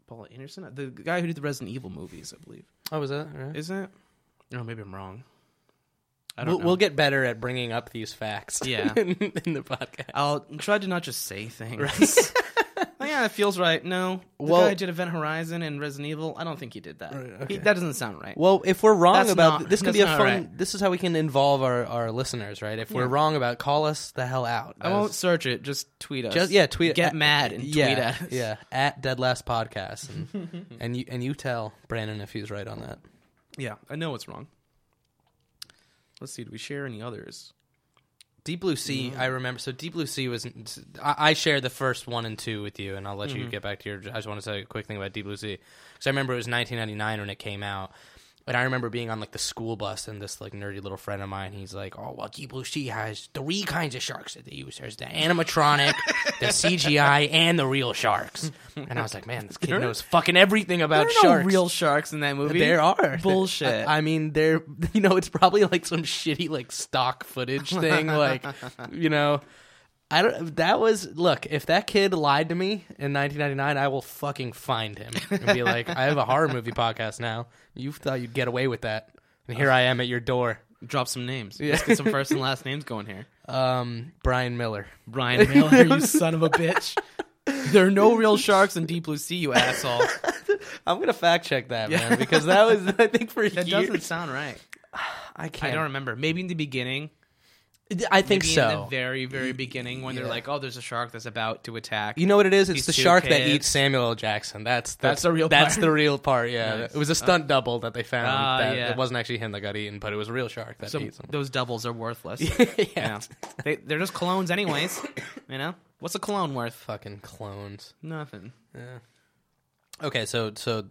paul anderson the guy who did the resident evil movies i believe Oh, was that? Right? is that no maybe i'm wrong i don't We'll, know we'll get better at bringing up these facts. Yeah. in, in the podcast. i'll try to not just say things Oh, yeah, it feels right. No, the Well- guy who did Event Horizon and Resident Evil. I don't think he did that. okay. He- that doesn't sound right. Well, if we're wrong That's about not- this, could be a that's fun. not right. This is how we can involve our, our listeners, right? If we're wrong about, call us the hell out. I won't search it. Just tweet us. Just- yeah, tweet- Oh, Get uh, mad and tweet yeah, at us. yeah, at Dead Last Podcast, and, and you and you tell Brandon if he's right on that. Yeah, I know it's wrong. Let's see. Do we share any others? Deep Blue Sea, I remember. So Deep Blue Sea was. I, I shared the first one and two with you, and I'll let Mm-hmm. you get back to your. I just want to say a quick thing about Deep Blue Sea because I remember it was 1999 when it came out, and I remember being on like the school bus and this like nerdy little friend of mine. He's like, "Oh well, Deep Blue Sea has three kinds of sharks that they use. There's the animatronic, the CGI, and the real sharks." And I was like, "Man, this kid knows fucking everything about There are sharks." no real sharks in that movie. There are bullshit. I, I mean, there. You know, it's probably like some shitty like stock footage thing. like, you know, I don't. That was look. If that kid lied to me in 1999, I will fucking find him and be like, I have a horror movie podcast now. You thought you'd get away with that, and here I am at your door. Drop some names. Let's get some first and last names going here. Um, Brian Miller. Brian Miller, you son of a bitch. There are no real sharks in deep blue sea, you asshole. I'm gonna fact check that man because that was I think for That years. doesn't sound right. I I can't. don't remember. Maybe in the beginning. I think maybe In so. the very, very beginning, when they're like, "Oh, there's a shark that's about to attack." You know what it is? These It's the two shark that kids. eats Samuel L. Jackson. That's That's the real That's part. the real part. Yeah, Nice. it was a stunt double that they found. Ah, that yeah. It wasn't actually him that got eaten, but it was a real shark that so eats him. those doubles are worthless. yeah. yeah, they they're just clones, anyways. You know, what's a clone worth? fucking clones. Nothing. Okay, so so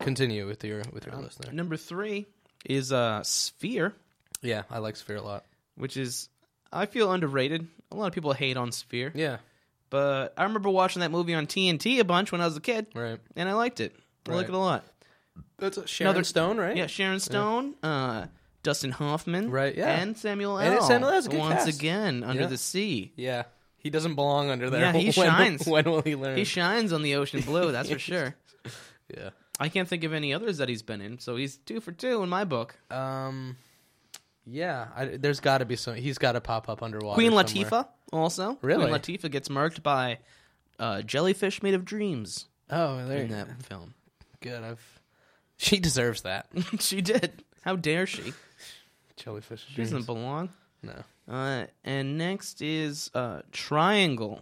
continue with your with Um, your list there. Number three is uh, Sphere, Yeah, I like Sphere a lot. which is I feel underrated. A lot of people hate on Sphere, Yeah, but I remember watching that movie on TNT a bunch when I was a kid, right. and I liked it. I like it Right. a lot. That's a Sharon Another- Stone, right? Yeah, Sharon Stone, uh, Dustin Hoffman, Right, yeah. and Samuel L. And it's Samuel L. It's a good once cast. again under Yeah. the sea. yeah. He doesn't belong under there. Yeah, he When- shines. When will he learn? He shines on the ocean blue, that's for sure. yeah. I can't think of any others that he's been in, so he's two for two in my book. Um. Yeah, I, there's got to be some. He's got to pop up underwater. Queen somewhere. Latifah also. Really? Queen Latifah gets marked by uh, jellyfish made of dreams Oh, there in you that film. Good. I've. She deserves that. she did. How dare she? Jellyfish. She doesn't belong. No. Uh, and next is uh, Triangle.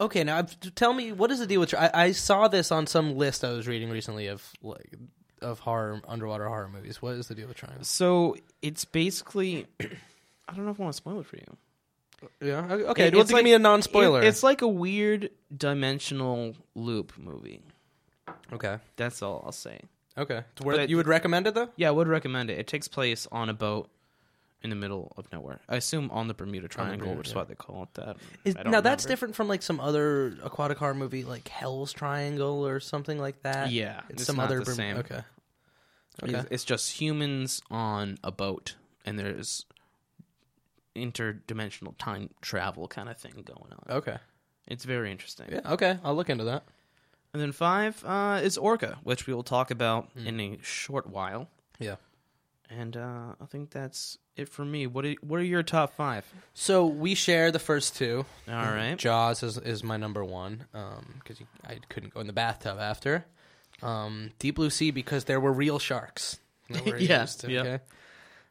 Okay, now I've- t- tell me what is the deal with? I, I saw this on some list I was reading recently of like of horror underwater horror movies. What is the deal with triangles? So it's basically. I don't know if I want to spoil it for you. Yeah. Okay. It- well, it's give like- me a non-spoiler. It- it's like a weird dimensional loop movie. okay. That's all I'll say. Okay. It's But worth, it- you would recommend it though? Yeah, I would recommend it. It takes place on a boat in the middle of nowhere. I assume on the Bermuda Triangle, Bermuda, which is yeah. why they call it that. Is, I now don't that's remember. different from like some other aquatic horror movie, like Hell's Triangle or something like that. Yeah, it's, it's some not other the Berm- same. Okay, It's- okay. It's just humans on a boat, and there's interdimensional time travel kind of thing going on. okay, It's very interesting. Oh. yeah, okay. I'll look into that. And then five uh, is Orca, which we will talk about Hmm. in a short while. Yeah. And uh, I think that's it for me. What are, what are your top five? So we share the first two. All right. Jaws is, is my number one because I couldn't go in the bathtub after. Um, Deep Blue Sea because there were real sharks. that were Yeah, used, yeah.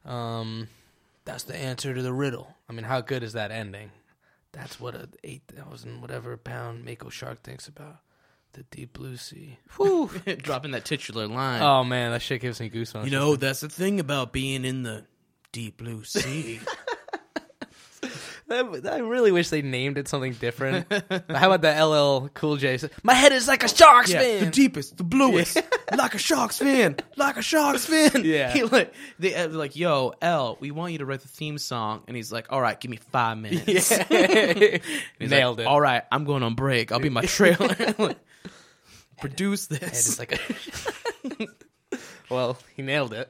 Um, that's the answer to the riddle. I mean, how good is that ending? That's what a eight thousand whatever pound mako shark thinks about the deep blue sea. Whew. Dropping that titular line. oh man, that shit gives me goosebumps. you know, that's the thing about being in the deep blue sea. I I really wish they named it something different. How about the LL Cool J? My head is like a shark's fin. deepest, the bluest, like a shark's fin, like a shark's fin. Yeah. He like, they, uh, they're like, yo, L, we want you to write the theme song. And he's like, all right, give me five minutes. He's like, Nailed it. All right, I'm going on break. I'll be in my trailer. Like, Produce Head is this. like a. well, he nailed it.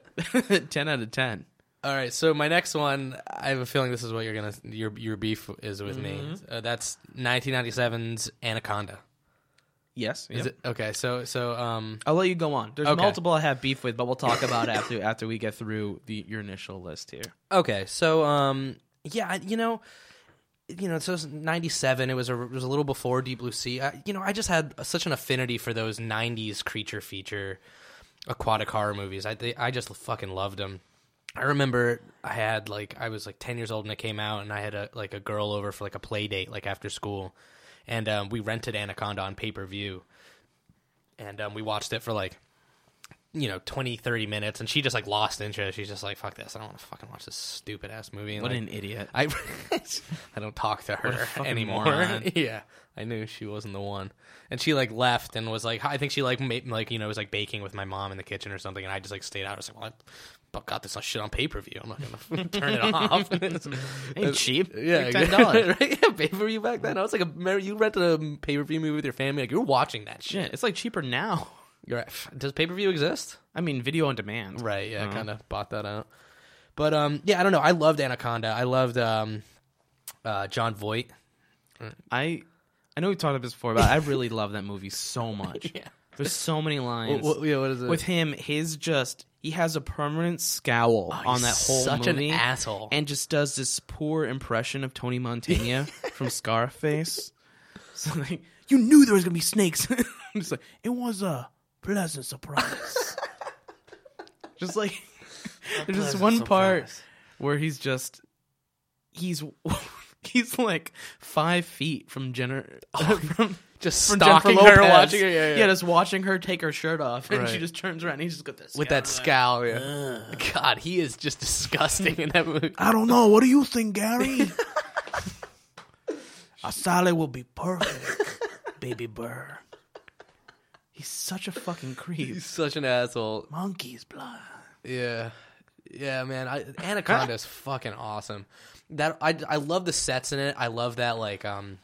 10 out of 10. All right, so my next one, I have a feeling this is what you're gonna your your beef is with me. Uh, that's 1997's Anaconda. Yes. yep. Is it okay? So so um I'll let you go on. There's Okay. multiple I have beef with, but we'll talk about it after after we get through the your initial list here. okay so um yeah I- you know you know so it's 97 it was a it was a little before deep blue sea I, you know i just had such an affinity for those 90s creature feature aquatic horror movies i they, i just fucking loved them i remember i had like i was like 10 years old when it came out and i had a like a girl over for like a play date like after school and um, we rented anaconda on pay-per-view and um, we watched it for like you know 20 30 minutes and she just like lost interest she's just like fuck this i don't want to fucking watch this stupid ass movie and, What like, an idiot! I I don't talk to her fucking anymore. moron. yeah, I knew she wasn't the one, and she like left and was like, I think she like ma- like you know was like baking with my mom in the kitchen or something, and I just like stayed out. I was like, well, I got this shit on pay per view. I'm not gonna turn it off. Ain't cheap. Yeah, Like $10. right? Yeah, pay per view back then. I was like, a, remember you rented a pay per view movie with your family, like you're watching that shit. Shit, it's like cheaper now. You're right. Does pay per view exist? I mean, video on demand. Right. Yeah. Uh-huh. Kind of bought that out. But um, yeah, I don't know. I loved Anaconda. I loved um, uh, John Voight. I I know we talked about this before, but I really love that movie so much. Yeah. There's so many lines. What, what- yeah, what is it? With him, his just he has a permanent scowl on that whole Oh, such movie, an asshole. and just does this poor impression of Tony Montana from Scarface. So like, you knew there was gonna be snakes. I'm just like, it was a pleasant surprise. just like there's this pleasant one part surprise. where he's just he's he's like five feet from Jenner Oh, from just from stalking Jennifer her, Lopez. watching her. Yeah, yeah. just watching her take her shirt off, and she Right. just turns around and he's just got this With that scowl, yeah. God, he is just disgusting in that movie. I don't know. What do you think, Gary? A salad will be perfect, baby bird. He's such a fucking creep. He's such an asshole. Monkey's blood. Yeah, yeah, man. I, Anaconda's fucking awesome. That I, I love the sets in it. I love that like um,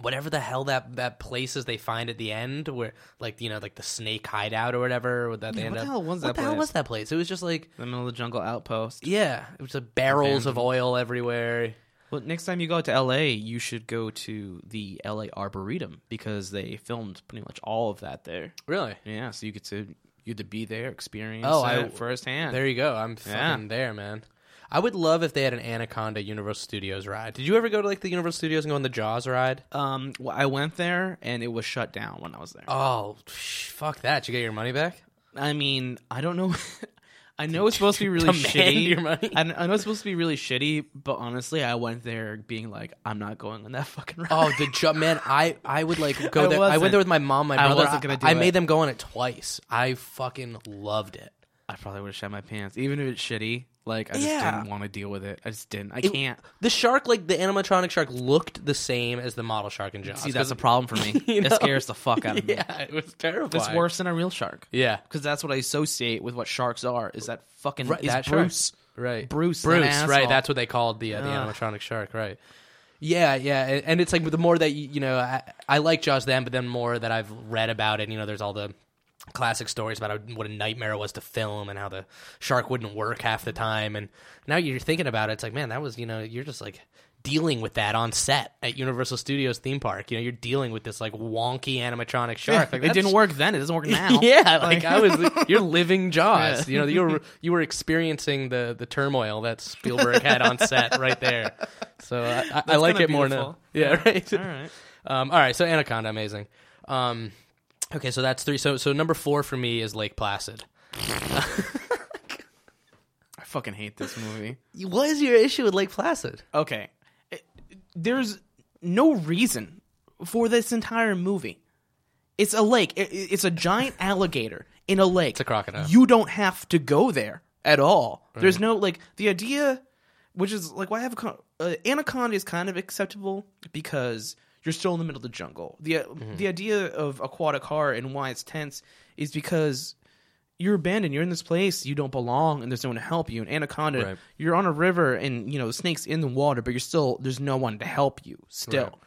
whatever the hell that that places they find at the end where like you know like the snake hideout or whatever that they Yeah, end what the up. hell was what that the hell place? was that place? It was just like The middle of the jungle outpost. yeah, it was like barrels of oil everywhere. Well, next time you go out to L.A., you should go to the L.A. Arboretum because they filmed pretty much all of that there. Really? Yeah, so you get to you get to be there, experience Oh, I- it firsthand. There you go. I'm Yeah. fucking there, man. I would love if they had an Anaconda Universal Studios ride. Did you ever go to like the Universal Studios and go on the Jaws ride? Um, well, I went there and it was shut down when I was there. Oh, sh- fuck that! Did you get your money back? I mean, I don't know. I know it's supposed to be really Demand shitty. your money. I, kn- I know it's supposed to be really shitty, but honestly, I went there being like, I'm not going on that fucking ride. Oh, the jump, man! I I would like go I there. I wasn't. went there with my mom, my I brother. wasn't gonna do I it. made them go on it twice. I fucking loved it. I probably would have shat my pants, even if it's shitty. Like, I just Yeah. didn't want to deal with it. I just didn't. I It- can't. The shark, like the animatronic shark, looked the same as the model shark in Jaws. See, that's a 'Cause- problem for me. You It know? scares the fuck out of me. yeah, it was terrible. It's worse than a real shark Yeah, because that's what I associate with what sharks are. Is that fucking Right, is that shark. Bruce? right, Bruce, that Bruce, right? asshole. That's what they called the uh, the Ugh. animatronic shark, right? Yeah, yeah, and, and it's like the more that you, you know, I, I like Jaws then, but then more that I've read about it, you know, there's all the classic stories about how- what a nightmare it was to film and how the shark wouldn't work half the time, and now you're thinking about it, it's like, man, that was, you know, you're just like dealing with that on set at Universal Studios theme park. You know, you're dealing with this like wonky animatronic shark. like, it that's- didn't work then. It doesn't work now. yeah, like I was, you're living Jaws. Yeah. You know, you were you were experiencing the the turmoil that Spielberg had on set right there. So I, I, I like kinda it more now. beautiful. Yeah, right. All right. Um, all right. So Anaconda, amazing. Um, okay, so that's three. So so number four for me is Lake Placid. I fucking hate this movie. What is your issue with Lake Placid? Okay. It- There's no reason for this entire movie. It's a lake. It- it- It's a giant alligator in a lake. It's a crocodile. Mm-hmm. You don't have to go there at all. There's no like the idea, which is like why have a con- uh, anaconda is kind of acceptable because you're still in the middle of the jungle. the uh, Mm-hmm. The idea of aquatic horror and why it's tense is because you're abandoned. You're in this place. You don't belong, and there's no one to help you. And Anaconda, Right. you're on a river, and you know the snakes in the water, but you're still there's no one to help you. Still,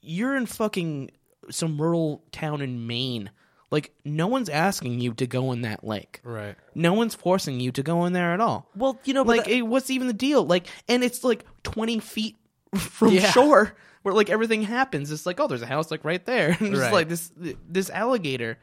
you're in fucking some rural town in Maine. Like no one's asking you to go in that lake. Right. No one's forcing you to go in there at all. Well, you know, but like that- it, what's even the deal? Like, and it's like twenty feet from Yeah. shore where like everything happens. It's like oh, there's a house like right there, and just Right. like this this alligator.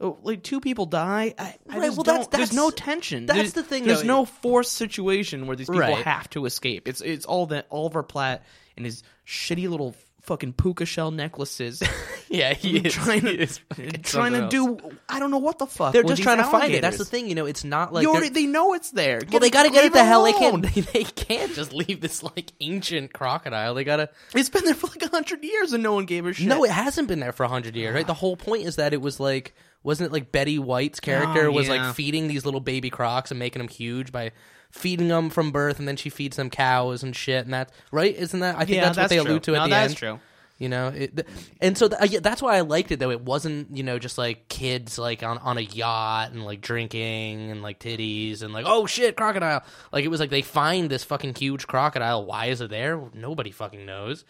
oh, Like two people die. I, I Right, just well, don't. that's- there's that's- no tension. that's There's- the thing, There's though. no forced situation where these people Right. have to escape. It's it's all that Oliver Platt and his shitty little fucking puka shell necklaces yeah, he is trying he to is fucking trying something to else. do I don't know what the fuck. They're with just these trying to find it. That's the alligators. thing. You know, it's not like You they're- already, they know it's there. Well, they got to get it leave the hell. They can't. alone. They, they can't just leave this like ancient crocodile. They gotta. It's been there for like hundred years and no one gave a shit. No, it hasn't been there for hundred years. Right. The whole point is that it was like, wasn't it like Betty White's character Oh, was yeah. like feeding these little baby crocs and making them huge by feeding them from birth, and then she feeds them cows and shit, and that right? Isn't that? I think Yeah, that's, what that's they true. allude to at No, the that's end. true. You know, it, th- and so th- uh, yeah, that's why I liked it though. It wasn't you know just like kids like on, on a yacht and like drinking and like titties and like oh shit crocodile. Like it was like they find this fucking huge crocodile. Why is it there? Nobody fucking knows.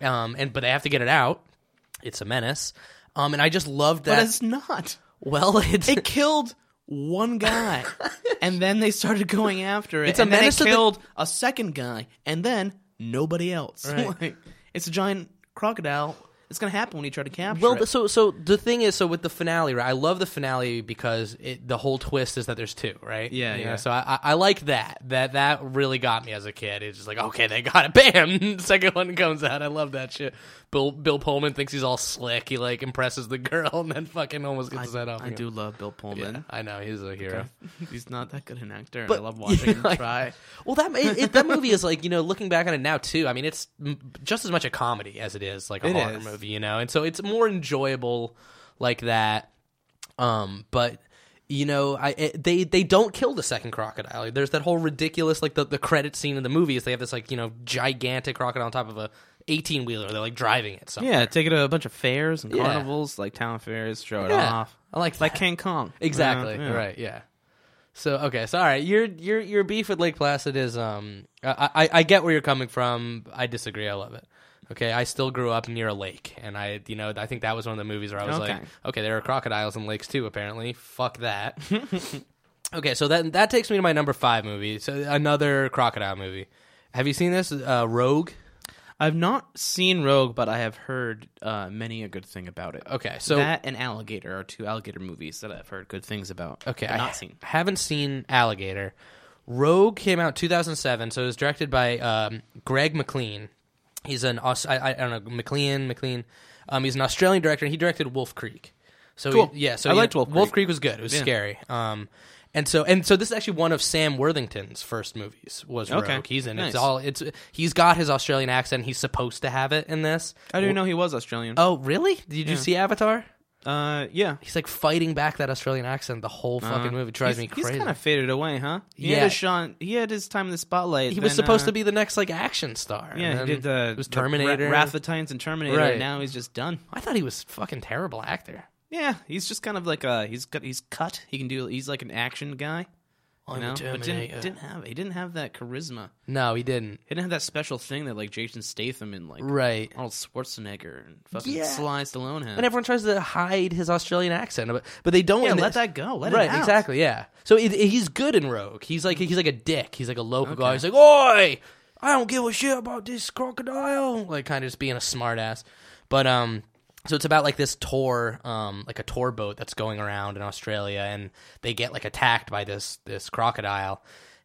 Um, and but they have to get it out. It's a menace. Um, and I just loved but that. it's not. well, it's It killed one guy, and then they started going after it. It's a and then menace to it the- killed a second guy, and then nobody else. Right. Like, it's a giant crocodile It's gonna happen when you try to capture Well, it. th- so so the thing is, so with the finale, right? I love the finale because it, the whole twist is that there's two, right? Yeah, You know, yeah. so I, I, I like that. That that really got me as a kid. It's just like, okay, they got it. Bam, second one comes out. I love that shit. Bill Bill Pullman thinks he's all slick. He like impresses the girl and then fucking almost gets set up. I do love Bill Pullman. I know he's a hero. He's not that good an actor, But- and I love watching yeah, him like- try. Well, that it, it, that movie is like you know, looking back on it now too. I mean, it's m- just as much a comedy as it is like a It horror is. movie, you know, and so it's more enjoyable like that. Um, but you know, I it, they they don't kill the second crocodile. Like, There's that whole ridiculous like the the credit scene in the movie is they have this like you know gigantic crocodile on top of a eighteen wheeler. They're like driving it. Somewhere. Yeah, take it to a bunch of fairs and Yeah. carnivals, like town fairs, throw it Yeah. off. I like It's like that. King Kong. Uh, Exactly. Yeah, yeah. Right. Yeah. So okay. So all right. Your your your beef with Lake Placid is um. I, I I get where you're coming from. I disagree. I love it. Okay. I still grew up near a lake, and I you know I think that was one of the movies where I was Okay. like, okay, there are crocodiles in lakes too. Apparently, fuck that. okay. So that that takes me to my number five movie. So another crocodile movie. Have you seen this? Uh, Rogue. I've not seen Rogue, but I have heard uh, many a good thing about it. Okay. So that and Alligator are two alligator movies that I've heard good things about. Okay, but I not ha- seen. haven't seen Alligator. Rogue came out 2007, so it was directed by um, Greg McLean. He's an Aus- I, I don't know McLean McLean. Um, he's an Australian director, and he directed Wolf Creek. So he- Cool. yeah, so I he- liked Wolf Wolf Creek. Creek was good. It was Yeah. scary. Um, and so and so this is actually one of Sam Worthington's first movies. Was Rogue. Okay. He's in it. it's Nice. all it's he's got his Australian accent. He's supposed to have it in this. I didn't know he was Australian. Oh really? Did you see Avatar? Uh, yeah. He's like fighting back that Australian accent the whole fucking movie. It drives Uh, he's, me crazy. He's kind of faded away, huh? He Yeah. Had his shine- he had his time in the spotlight. he was then, supposed uh, to be the next like action star. and Yeah, then he did the it was the Ra- Terminator. Wrath of the Titans, and Terminator. Right. And now he's just done. I thought he was fucking terrible actor. Yeah, he's just kind of like uh, he's got he's cut. He can do. He's like an action guy. I'm You a know? But Terminator. didn't, didn't have he didn't have that charisma. no, he didn't. He didn't have that special thing that like Jason Statham and like Right. Arnold Schwarzenegger and fucking Yeah. Sly Stallone have. And everyone tries to hide his Australian accent, but but they don't. yeah, in let this. that go. Let right, it out. exactly. Yeah. So it, it- he's good in Rogue. He's like he's like a dick. He's like a local guy. He's Okay. like, oi, I don't give a shit about this crocodile. Like kind of just being a smartass. But um, so it's about like this tour, um, like a tour boat that's going around in Australia, and they get like attacked by this this crocodile,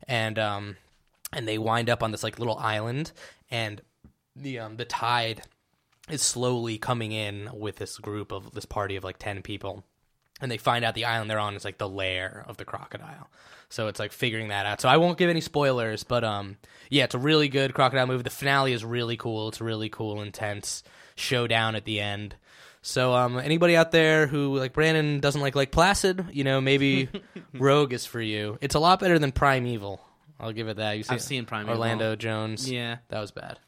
and um, and they wind up on this like little island, and the um the tide is slowly coming in with this group of this party of like 10 people and they find out the island they're on is like the lair of the crocodile so it's like figuring that out so i won't give any spoilers but um yeah it's a really good crocodile movie the finale is really cool it's a really cool intense showdown at the end so um anybody out there who like brandon doesn't like like placid you know maybe rogue is for you it's a lot better than primeval i'll give it that you see I've seen Primeval. orlando jones Yeah. that was bad.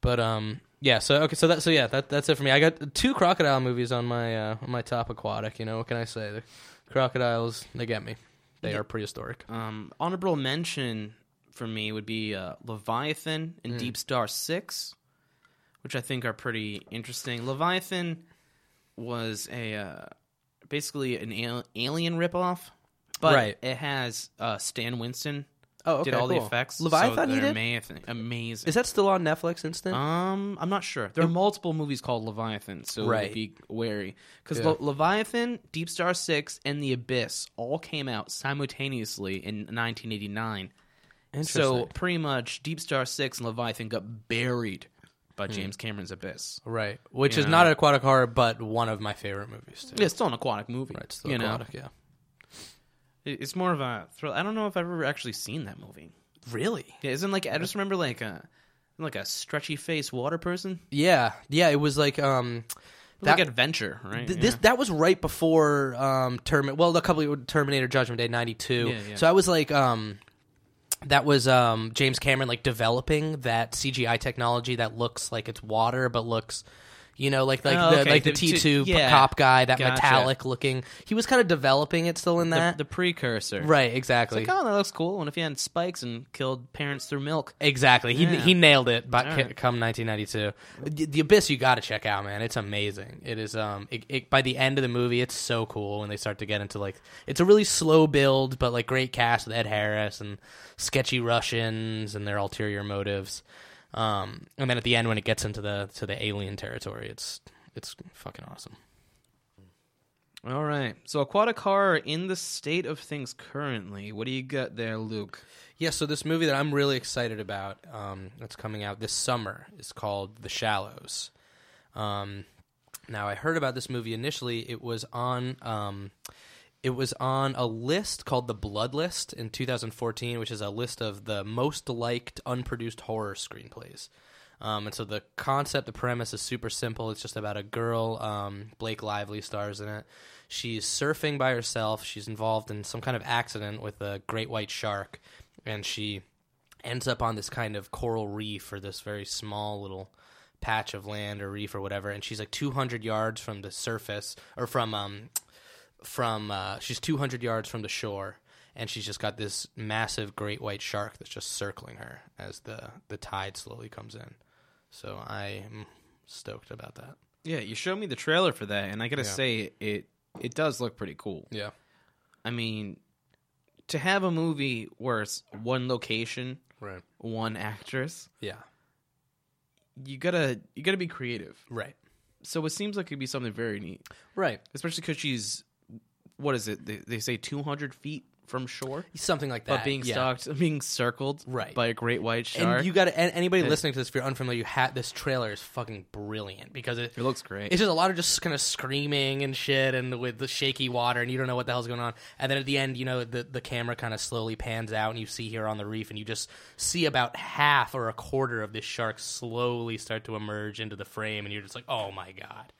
But um, yeah. So okay. So that. So yeah. That that's it for me. I got two crocodile movies on my uh, on my top aquatic. You know what can I say? The crocodiles they get me. They are prehistoric. Um, honorable mention for me would be uh, Leviathan and Deep Star Six, which I think are pretty interesting. Leviathan was a uh, basically an al- alien ripoff, but Right. it has uh, Stan Winston Oh, did all the effects. so Leviathan. he they're did. amazing. amazing. Is that still on Netflix Instant? Um, I'm not sure. There are multiple movies called Leviathan, so Right. be wary. Because Yeah. Leviathan, Deep Star Six, and The Abyss all came out simultaneously in 1989. So pretty much, Deep Star Six and Leviathan got buried by Hmm. James Cameron's Abyss. right, which is Yeah. not an aquatic horror, but one of my favorite movies. Too. Yeah, it's still an aquatic movie. Right, it's still you know? aquatic. Yeah. It- it's more of a thrill. I don't know if I've ever actually seen that movie. Really? Yeah, isn't like I just remember like a like a stretchy face water person. Yeah. Yeah. It was like um. That, like adventure, right? Th- this that was right before um Terminator. Well, a couple of Terminator Judgment Day '92. Yeah, yeah. So I was like, um, that was um James Cameron like developing that CGI technology that looks like it's water but looks. You know, like like Oh, the okay, like the the T two- two yeah. cop guy, that Gotcha. metallic looking. He was kind of developing it still in yeah. that, the, the precursor, right? Exactly, Like, oh, that looks cool. And if he had spikes and killed parents through milk, exactly. He Yeah. he nailed it. But All right. come 1992, the, the Abyss, you got to check out, man. It's amazing. It is um, it, it, by the end of the movie, it's so cool when they start to get into like it's a really slow build, but like great cast with Ed Harris and sketchy Russians and their ulterior motives. Um, and then at the end, when it gets into the to the alien territory, it's it's fucking awesome. All right. So aquatic horror in the state of things currently. What do you got there, Luke? Yeah, so this movie that I'm really excited about um, that's coming out this summer is called The Shallows. Um, now I heard about this movie initially. It was on um, it was on a list called the Blood List in 2014, which is a list of the most liked unproduced horror screenplays. Um, and so the concept, the premise is super simple. It's just about a girl. Um, Blake Lively stars in it. She's surfing by herself. She's involved in some kind of accident with a great white shark, and she ends up on this kind of coral reef or this very small little patch of land or reef or whatever. And she's like 200 yards from the surface or from um, from uh, she's 200 yards from the shore and she's just got this massive great white shark that's just circling her as the the tide slowly comes in so i'm stoked about that Yeah, you showed me the trailer for that, and I gotta Yeah. say it it does look pretty cool. yeah I mean, to have a movie where it's one location, right one actress, yeah you gotta you gotta be creative. right So it seems like it'd be something very neat, right especially because she's what is it? They, they say 200 feet from shore, something like that but being yeah. stalked, being circled Right. by a great white shark. and you got to anybody listening to this if you're unfamiliar you ha- this trailer is fucking brilliant because it it looks great. It's just a lot of just kind of screaming and shit, and with the shaky water, and you don't know what the hell's going on. And then at the end, you know, the the camera kind of slowly pans out, and you see here on the reef, and you just see about half or a quarter of this shark slowly start to emerge into the frame, and you're just like, oh my god.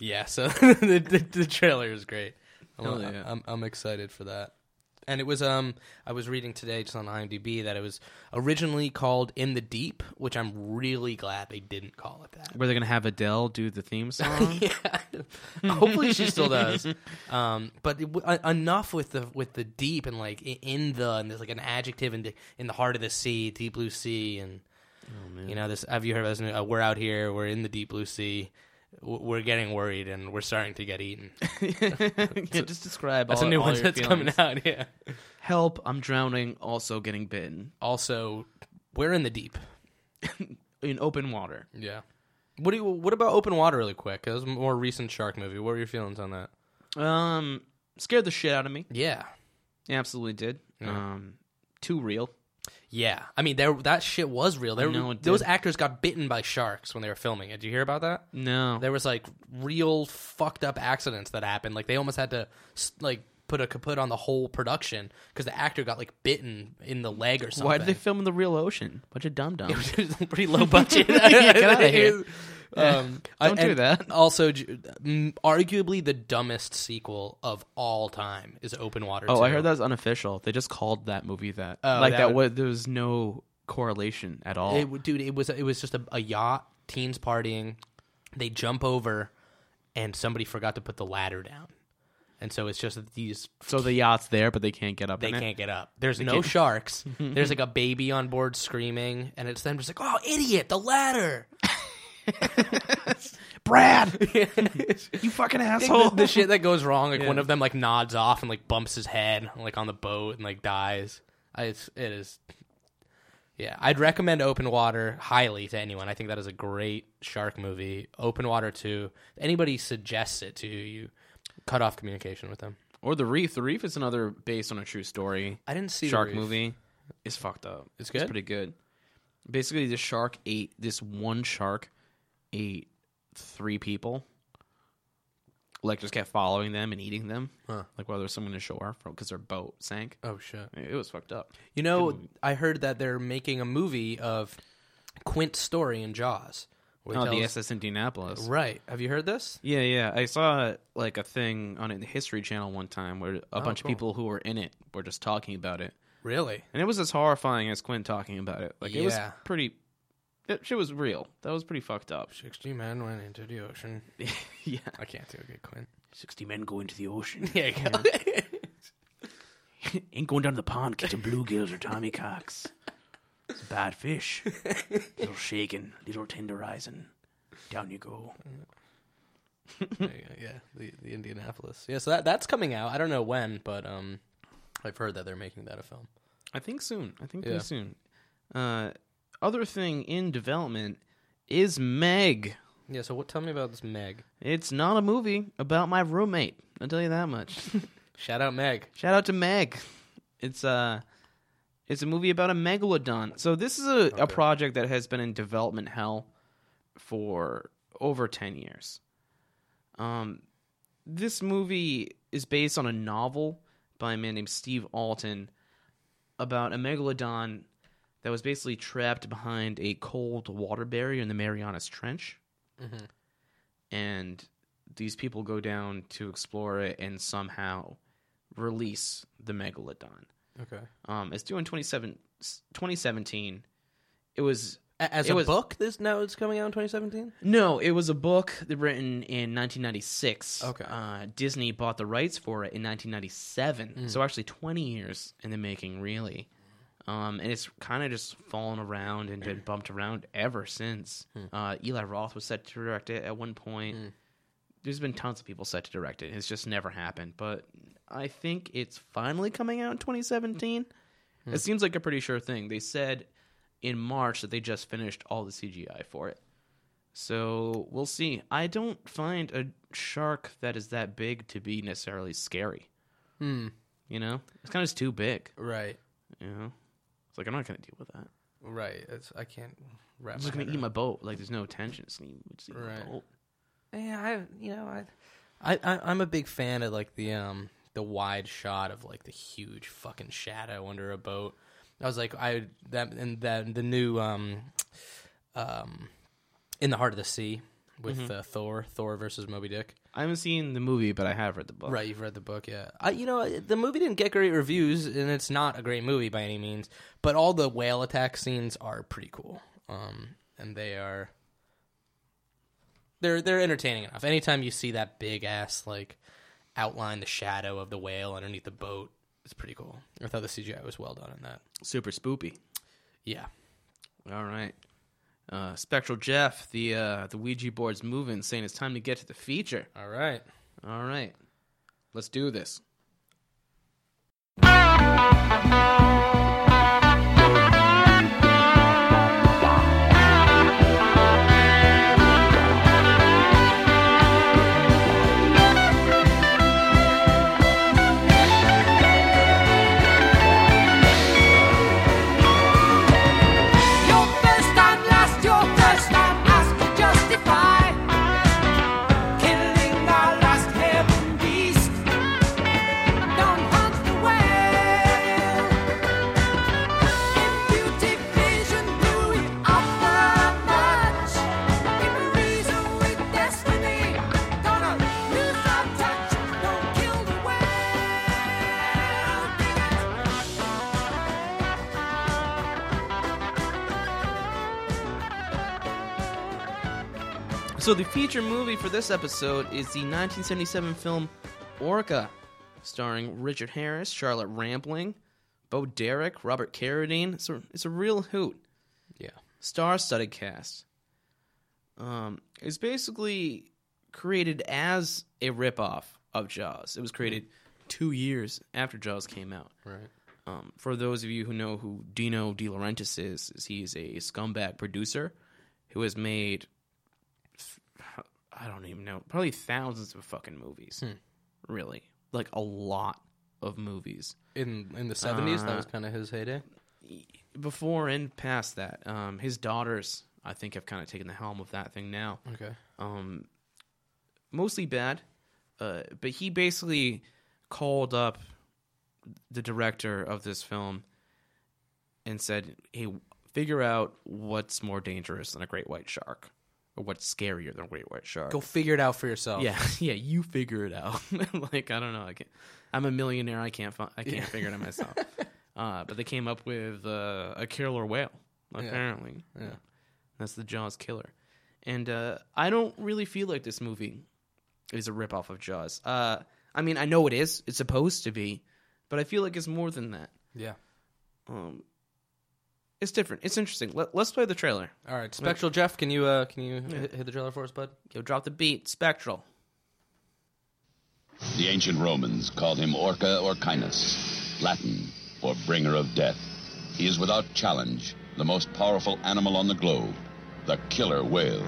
yeah, so the, the, the trailer is great. I'm, Hell yeah. I'm, I'm excited for that. And it was um I was reading today just on IMDb that it was originally called In the Deep, which I'm really glad they didn't call it that. where they're gonna have Adele do the theme song. yeah, hopefully she still does. Um, but it, w- en- enough with the with the deep and like i- in the and there's like an adjective in the, in the heart of the sea, deep blue sea, and Oh, you know this. Have you heard of this? Uh, we're out here, we're in the deep blue sea, w- we're getting worried, and we're starting to get eaten. yeah, just describe. That's all, a new all one your that's feelings. coming out. Yeah. Help! I'm drowning. Also getting bitten Also, we're in the deep. in open water. Yeah. What do you, What about open water? Really quick. That was a more recent shark movie. What were your feelings on that? Um, scared the shit out of me. Yeah. Absolutely did. Um, too real. Yeah, I mean, there that shit was real. There, know it those did. actors got bitten by sharks when they were filming it. Did you hear about that? No. There was like real fucked up accidents that happened. Like they almost had to s- like put a kaput on the whole production because the actor got like bitten in the leg or something. Why did they film in the real ocean? Bunch of dum dums. It was pretty low budget. get outta here. Um, I- Don't do and that. Also, j- mm, arguably the dumbest sequel of all time is Open Water. Oh, I 2. heard that was unofficial. They just called that movie that. Oh, like that that. was, there was no correlation at all. It, w- dude, it was it was just a, a yacht, teens partying. They jump over, and somebody forgot to put the ladder down, and so it's just that these so the yacht's there, but they can't get up. they in it. can't get up. There's no sharks. There's like a baby on board screaming, and it's them just like, "Oh, idiot, the ladder!" Brad, It's- you fucking the, asshole. the shit that goes wrong, like one of them like nods off and like bumps his head like on the boat and like dies. I, it's, it is, yeah. I'd recommend Open Water highly to anyone. I think that is a great shark movie. Open Water Two. If anybody suggests it to you, you cut off communication with them. or the reef. The reef is another based on a true story. I didn't see shark movie is fucked up. It's good? It's pretty good. Basically, this shark ate this one shark ate three people. Like just kept following them and eating them. Huh. Like while there's someone ashore from because their boat sank. Oh shit! It was fucked up. You know, I heard that they're making a movie of Quint's story in Jaws. where he Oh, the tells- SS Indianapolis. right? Have you heard this? Yeah, yeah. I saw like a thing on the History Channel one time where a Oh, bunch of people who were in it were just talking about it, Really? and it was as horrifying as Quinn talking about it. Like it was Yeah. pretty. That shit was real. That was pretty fucked up. Sixty men went into the ocean. yeah. I can't do a good Quint. 60 men go into the ocean. Yeah. Ain't going down to the pond catching bluegills or tommycocks. It's a bad fish. little shaken, little tenderizing. Down you go. yeah, the, the Indianapolis. Yeah, so that that's coming out. I don't know when, but um, I've heard that they're making that a film. I think soon. I think pretty Yeah. soon. Uh, other thing in development is Meg. Yeah. So what? Tell me about this Meg. It's not a movie about my roommate. I'll tell you that much. Shout out Meg. Shout out to Meg. It's a it's a movie about a megalodon. So this is a, a project that has been in development hell for over ten years. Um, this movie is based on a novel by a man named Steve Alton about a megalodon that was basically trapped behind a cold water barrier in the Marianas Trench. And these people go down to explore it and somehow release the megalodon. Okay. Um, it's due in 27, 2017. It was As It a was- book, this now it's coming out in 2017. no, it was a book that written in 1996. Okay. Uh, Disney bought the rights for it in 1997. So actually 20 years in the making, really. Um, and it's kind of just fallen around and been bumped around ever since. Uh, Eli Roth was set to direct it at one point. There's been tons of people set to direct it. It's just never happened. But I think it's finally coming out in 2017. It seems like a pretty sure thing. They said in March that they just finished all the CGI for it. So we'll see. I don't find a shark that is that big to be necessarily scary. Hmm. You know, it's kind of just too big. Right. You know, it's like I'm not gonna deal with that. Right. It's, I can't wrap. I'm just my gonna head eat my boat. Like there's no tension. It's gonna eat, just eat my Right. boat. Yeah, I you know I, I, I I'm a big fan of like the um the wide shot of like the huge fucking shadow under a boat. I was like I that and that the new um um in the heart of the sea with uh, Thor Thor versus Moby Dick. I haven't seen the movie, but I have read the book. Right, you've read the book, yeah. I, you know, the movie didn't get great reviews, and it's not a great movie by any means. But all the whale attack scenes are pretty cool, um, and they are they're they're entertaining enough. Anytime you see that big ass like outline, the shadow of the whale underneath the boat, it's pretty cool. I thought the CGI was well done in that. Super spoopy. Yeah, All right. Uh, Spectral Jeff, the uh, the Ouija board's moving, saying it's time to get to the feature. all right. All right, let's do this. Your first time last, your first time asked to justify Killing our last heaven beast Don't hunt the whale In beauty vision do it offer much If we reason with destiny Gonna lose our touch Don't kill the whale Dig it So the feature movie for this episode is the 1977 film Orca, starring Richard Harris, Charlotte Rampling, Bo Derek, Robert Carradine. It's a, it's a real hoot. Yeah, Star-studded cast. Um, it's basically created as a ripoff of Jaws. It was created two years after Jaws came out. right. Um, for those of you who know who Dino De Laurentiis is, is he's a scumbag producer who has made, I don't even know, probably thousands of fucking movies. Really, like a lot of movies In in the seventies, that was kind of his heyday. before and past that. Um, his daughters, I think, have kind of taken the helm of that thing now. Okay. um, mostly bad, uh, but he basically called up the director of this film and said, "Hey, figure out what's more dangerous than a great white shark, or what's scarier than a great white shark." Go figure it out for yourself. yeah, yeah, you figure it out. like I don't know, I can't. I'm a millionaire. I can't. Fi- I can't figure it out myself. uh, but they came up with uh, a killer whale. Apparently, Yeah. that's the Jaws killer. And uh, I don't really feel like this movie is a ripoff of Jaws. Uh, I mean, I know it is. It's supposed to be. But I feel like it's more than that. Yeah. Um, it's different. It's interesting. Let, let's play the trailer. All right, Spectral Jeff, can you uh can you hit hit the trailer for us, bud? Yo, drop the beat. Spectral. The ancient Romans called him Orca or Caenis, Latin for bringer of death. He is without challenge, the most powerful animal on the globe, the killer whale.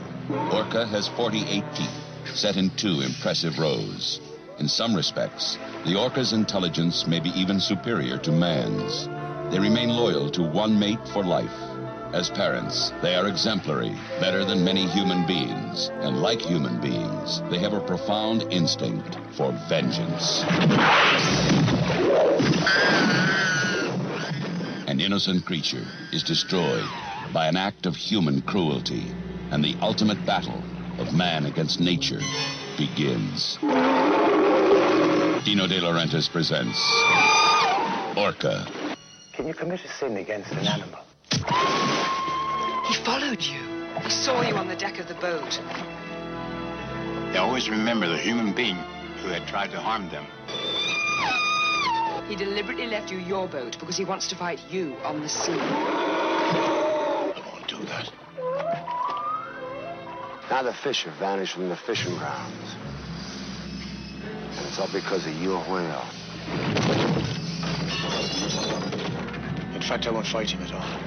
Orca has 48 teeth, set in two impressive rows. In some respects, the orca's intelligence may be even superior to man's. They remain loyal to one mate for life. As parents, they are exemplary, better than many human beings, and like human beings, they have a profound instinct for vengeance. An innocent creature is destroyed by an act of human cruelty, and the ultimate battle of man against nature begins. Dino De Laurentiis presents Orca. Can you commit a sin against an animal? He followed you. He saw you on the deck of the boat. They always remember the human being who had tried to harm them. He deliberately left you your boat because he wants to fight you on the sea. I won't do that. Now the fish have vanished from the fishing grounds. And it's all because of your whale. In fact, I won't fight him at all.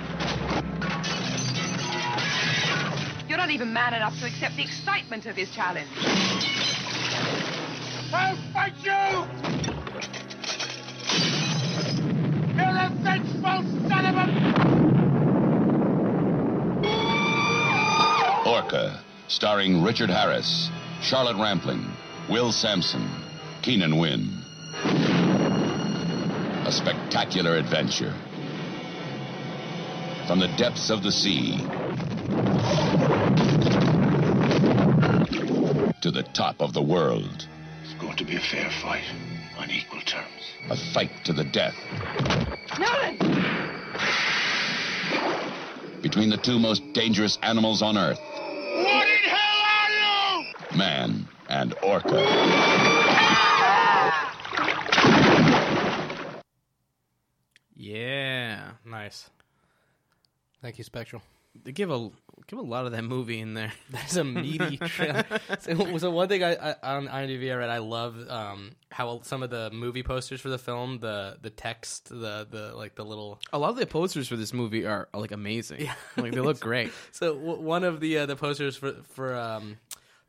You're not even man enough to accept the excitement of his challenge. I'll fight you! You're a vengeful son of a... Orca, starring Richard Harris, Charlotte Rampling, Will Sampson, Keenan Wynn. A spectacular adventure. From the depths of the sea to the top of the world. It's going to be a fair fight on equal terms. A fight to the death Nolan! between the two most dangerous animals on Earth What in hell are you? man and orca. Yeah. Nice. Thank you, Spectral. They give a give a lot of that movie in there. That's a meaty trailer. so, so one thing I, I on IMDb I read, I love um, how some of the movie posters for the film, the the text, the the like the little. A lot of the posters for this movie are, are, like amazing. Yeah. Like they look great. So w- one of the uh, the posters for for um,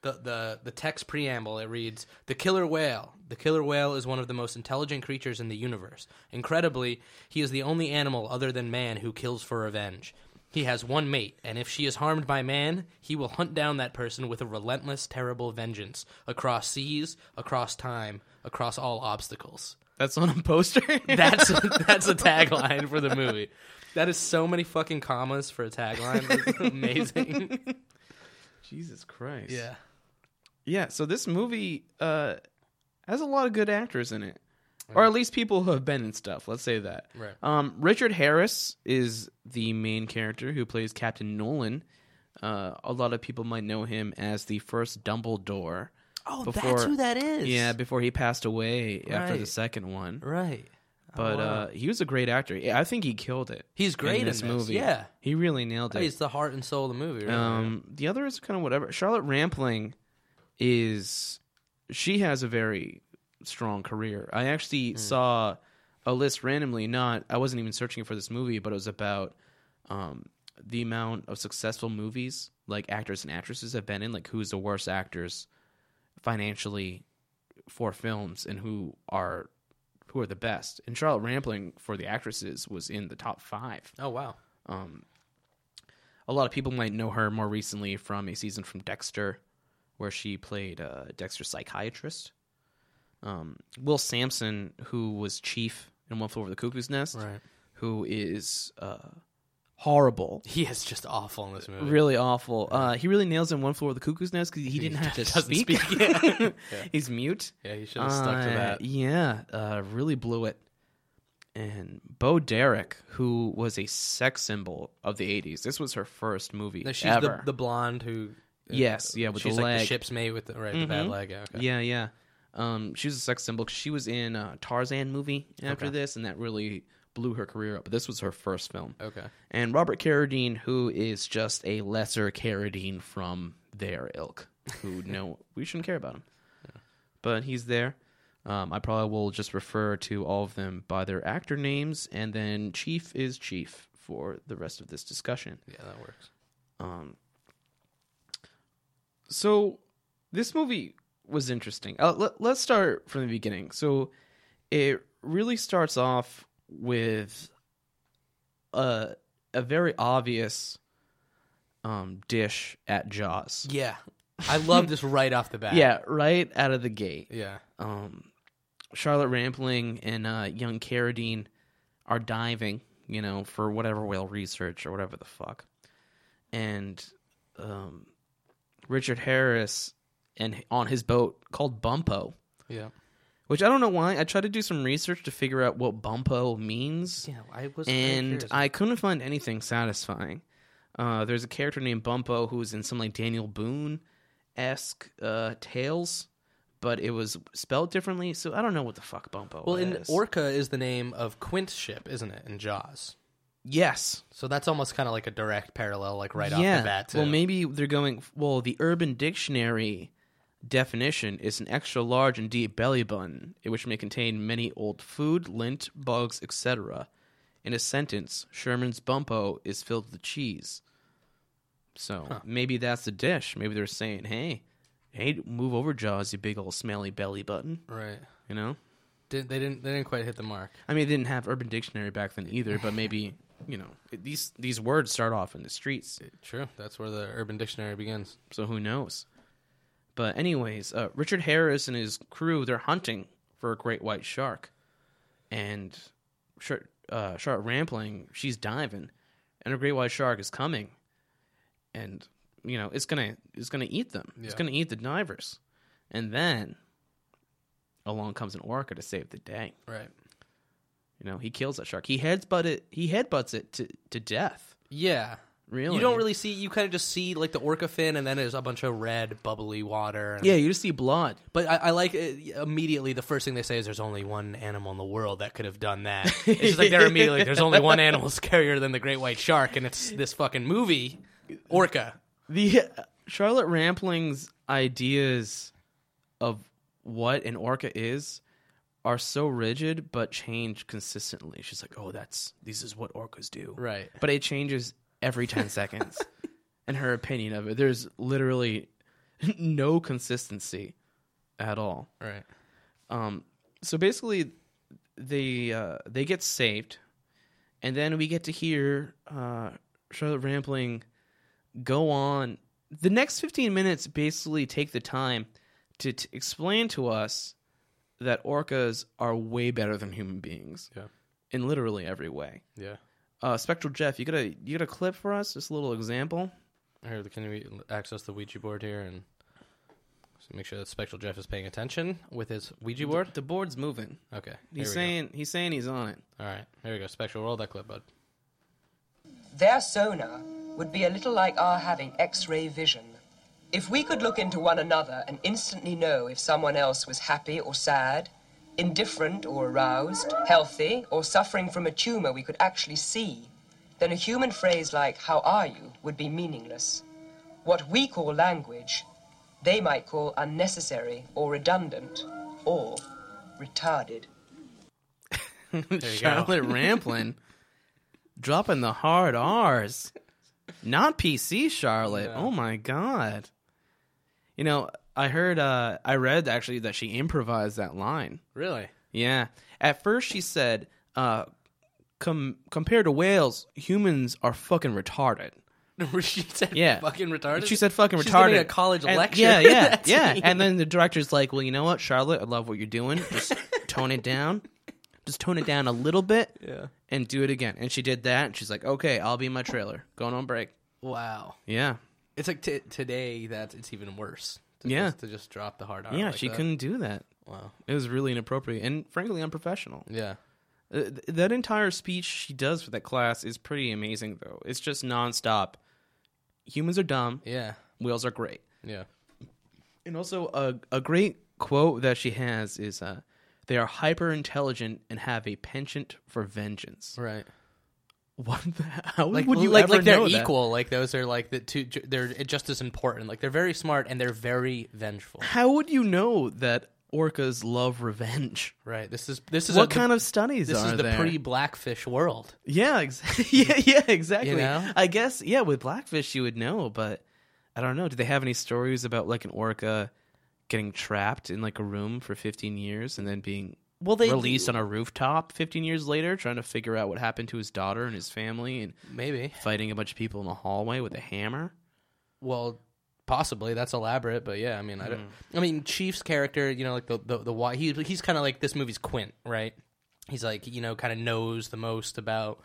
the, the the text preamble it reads the killer whale. The killer whale is one of the most intelligent creatures in the universe. Incredibly, he is the only animal other than man who kills for revenge. He has one mate, and if she is harmed by man, he will hunt down that person with a relentless, terrible vengeance across seas, across time, across all obstacles. That's on a poster. That's that's a tagline for the movie. That is so many fucking commas for a tagline. It's amazing. Jesus Christ. Yeah, so this movie uh, has a lot of good actors in it, or at least people who have been in stuff. Let's say that. Right. Um, Richard Harris is the main character who plays Captain Nolan. Uh, a lot of people might know him as the first Dumbledore. Oh, that's who that is. Yeah, before he passed away after the Right. second one. Right. But Oh, wow. uh, he was a great actor. Yeah, I think he killed it. He's great in this, yeah. he really nailed it. He's the heart and soul of the movie. Right? Um, the other is kind of whatever. Charlotte Rampling is she has a very strong career. I actually saw a list randomly. Not I wasn't even searching for this movie, but it was about um, the amount of successful movies like actors and actresses have been in. Like who's the worst actors financially for films, and who are who are the best. And Charlotte Rampling for the actresses was in the top five oh wow. a lot of people might know her more recently from a season from Dexter, where she played uh, Dexter's psychiatrist. Um, Will Sampson, who was chief in One Flew Over the Cuckoo's Nest, Right. who is uh, horrible, He is just awful in this movie. really awful. Uh, he really nails in One Flew Over the Cuckoo's Nest because he didn't have to doesn't speak. speak, yeah. He's mute. Yeah, he should have stuck to Uh, that. Yeah, uh, really blew it. And Bo Derek, who was a sex symbol of the '80s, this was her first movie. No, she's ever. Uh, the the blonde who. Yes, yeah, with the she's like the leg. ship's mate with the right the bad leg. Yeah, okay. Yeah, yeah. Um, she was a sex symbol. 'cause She was in a Tarzan movie after this, and that really blew her career up. But this was her first film. Okay. And Robert Carradine, who is just a lesser Carradine from their ilk, who no, we shouldn't care about him. But he's there. Um, I probably will just refer to all of them by their actor names, and then Chief is Chief for the rest of this discussion. Yeah, that works. So this movie was interesting. Uh, let, let's start from the beginning. So it really starts off with a a very obvious um, dish at Jaws. Yeah, I love this right off the bat. Yeah, right out of the gate. yeah. um, Charlotte Rampling and uh, young Carradine are diving, you know, for whatever whale research or whatever the fuck. And um, Richard Harris and on his boat called Bumpo, Yeah. which I don't know why. I tried to do some research to figure out what Bumpo means Yeah, I was. and I couldn't find anything satisfying. Uh, there's a character named Bumpo who was in some like Daniel Boone esque uh, tales, but it was spelled differently, so I don't know what the fuck Bumpo well, is. and Orca is the name of Quint's ship, isn't it? In Jaws, yes, so that's almost kind of like a direct parallel, like right off the bat. Too. Well, maybe they're going. Well, the Urban Dictionary definition is an extra large and deep belly button, which may contain many old food, lint, bugs, etc. In a sentence, Sherman's bumpo is filled with cheese. So maybe that's the dish. Maybe they're saying, "Hey, hey, move over, Jaws, you big old smelly belly button." right? You know. Did, they didn't. They didn't quite hit the mark. I mean, they didn't have Urban Dictionary back then either, but maybe you know these these words start off in the streets. True. That's where the Urban Dictionary begins. so who knows? But anyways, uh, Richard Harris and his crew they're hunting for a great white shark, and Char- uh, Shark Rampling she's diving, and a great white shark is coming, and you know it's gonna it's gonna eat them. It's Yeah. gonna eat the divers, and then along comes an orca to save the day. Right. You know he kills that shark. He headbutt it. He headbutts it to to death. Yeah. Really? You don't really see. You kind of just see like the orca fin, and then there's a bunch of red, bubbly water. And, Yeah, you just see blood. But I, I like it, immediately the first thing they say is there's only one animal in the world that could have done that. It's just like they're immediately like, there's only one animal scarier than the great white shark, and it's this fucking movie, Orca. the Charlotte Rampling's ideas of what an orca is are so rigid but change consistently. She's like, "Oh, that's this is what orcas do." Right. But it changes every 10 seconds. And her opinion of it, there's literally no consistency at all. Right. So basically they uh, they get saved and then we get to hear uh, Charlotte Rampling go on. The next 15 minutes basically take the time to t- explain to us that orcas are way better than human beings Yeah. in literally every way. Yeah. Uh, Spectral Jeff, you got a you got a clip for us? Just a little example. Here, can we access the Ouija board here and make sure that Spectral Jeff is paying attention with his Ouija board? The board's moving. Okay. He's saying he's saying he's on it. All right. Here we go. Spectral, roll that clip, bud. Their sonar would be a little like our having X ray vision. If we could look into one another and instantly know if someone else was happy or sad, indifferent or aroused, healthy or suffering from a tumor we could actually see, then a human phrase like, How are you? would be meaningless. What we call language, they might call unnecessary or redundant or retarded. you go. Charlotte Ramplin dropping the hard R's. Not PC Charlotte. Oh my god. You know, I heard uh I read actually that she improvised that line. Really? Yeah. At first she said, uh com- compared to whales, humans are fucking retarded. she said Yeah. fucking retarded. She said fucking She's retarded. giving a college And- lecture. Yeah, yeah, That's yeah. me. And then the director's like, "Well, you know what, Charlotte? I love what you're doing. Just tone it down. Just tone it down a little bit. Yeah. And do it again." And she did that. And she's like, "Okay, I'll be in my trailer. Going on break." wow. Yeah. It's like t- today that it's even worse. To Yeah. just, to just drop the hard R. yeah. like she that. couldn't do that. Wow. It was really inappropriate and frankly unprofessional. Yeah. Uh, th- that entire speech she does for that class is pretty amazing, though. It's just nonstop. Humans are dumb. Yeah. Whales are great. Yeah. And also, a, a great quote that she has is uh, they are hyper intelligent and have a penchant for vengeance. Right. What the, how Like would you like ever like they're know that? equal. Like those are like the two. ju- They're just as important. Like they're very smart and they're very vengeful. How would you know that orcas love revenge. Right. This is this is What a- kind of studies this are is the there? pre blackfish world. Yeah, exactly. yeah, yeah, exactly. You know? I guess yeah, with Blackfish you would know, but I don't know. Do they have any stories about like an orca getting trapped in like a room for 15 years and then being Well, they released on a rooftop 15 years later trying to figure out what happened to his daughter and his family and maybe. fighting a bunch of people in the hallway with a hammer? Well, possibly that's elaborate, but yeah, I mean, I, don't, Hmm. I mean, Chief's character, you know, like the the the why he he's kind of like this movie's Quint, right? He's like you know kind of knows the most about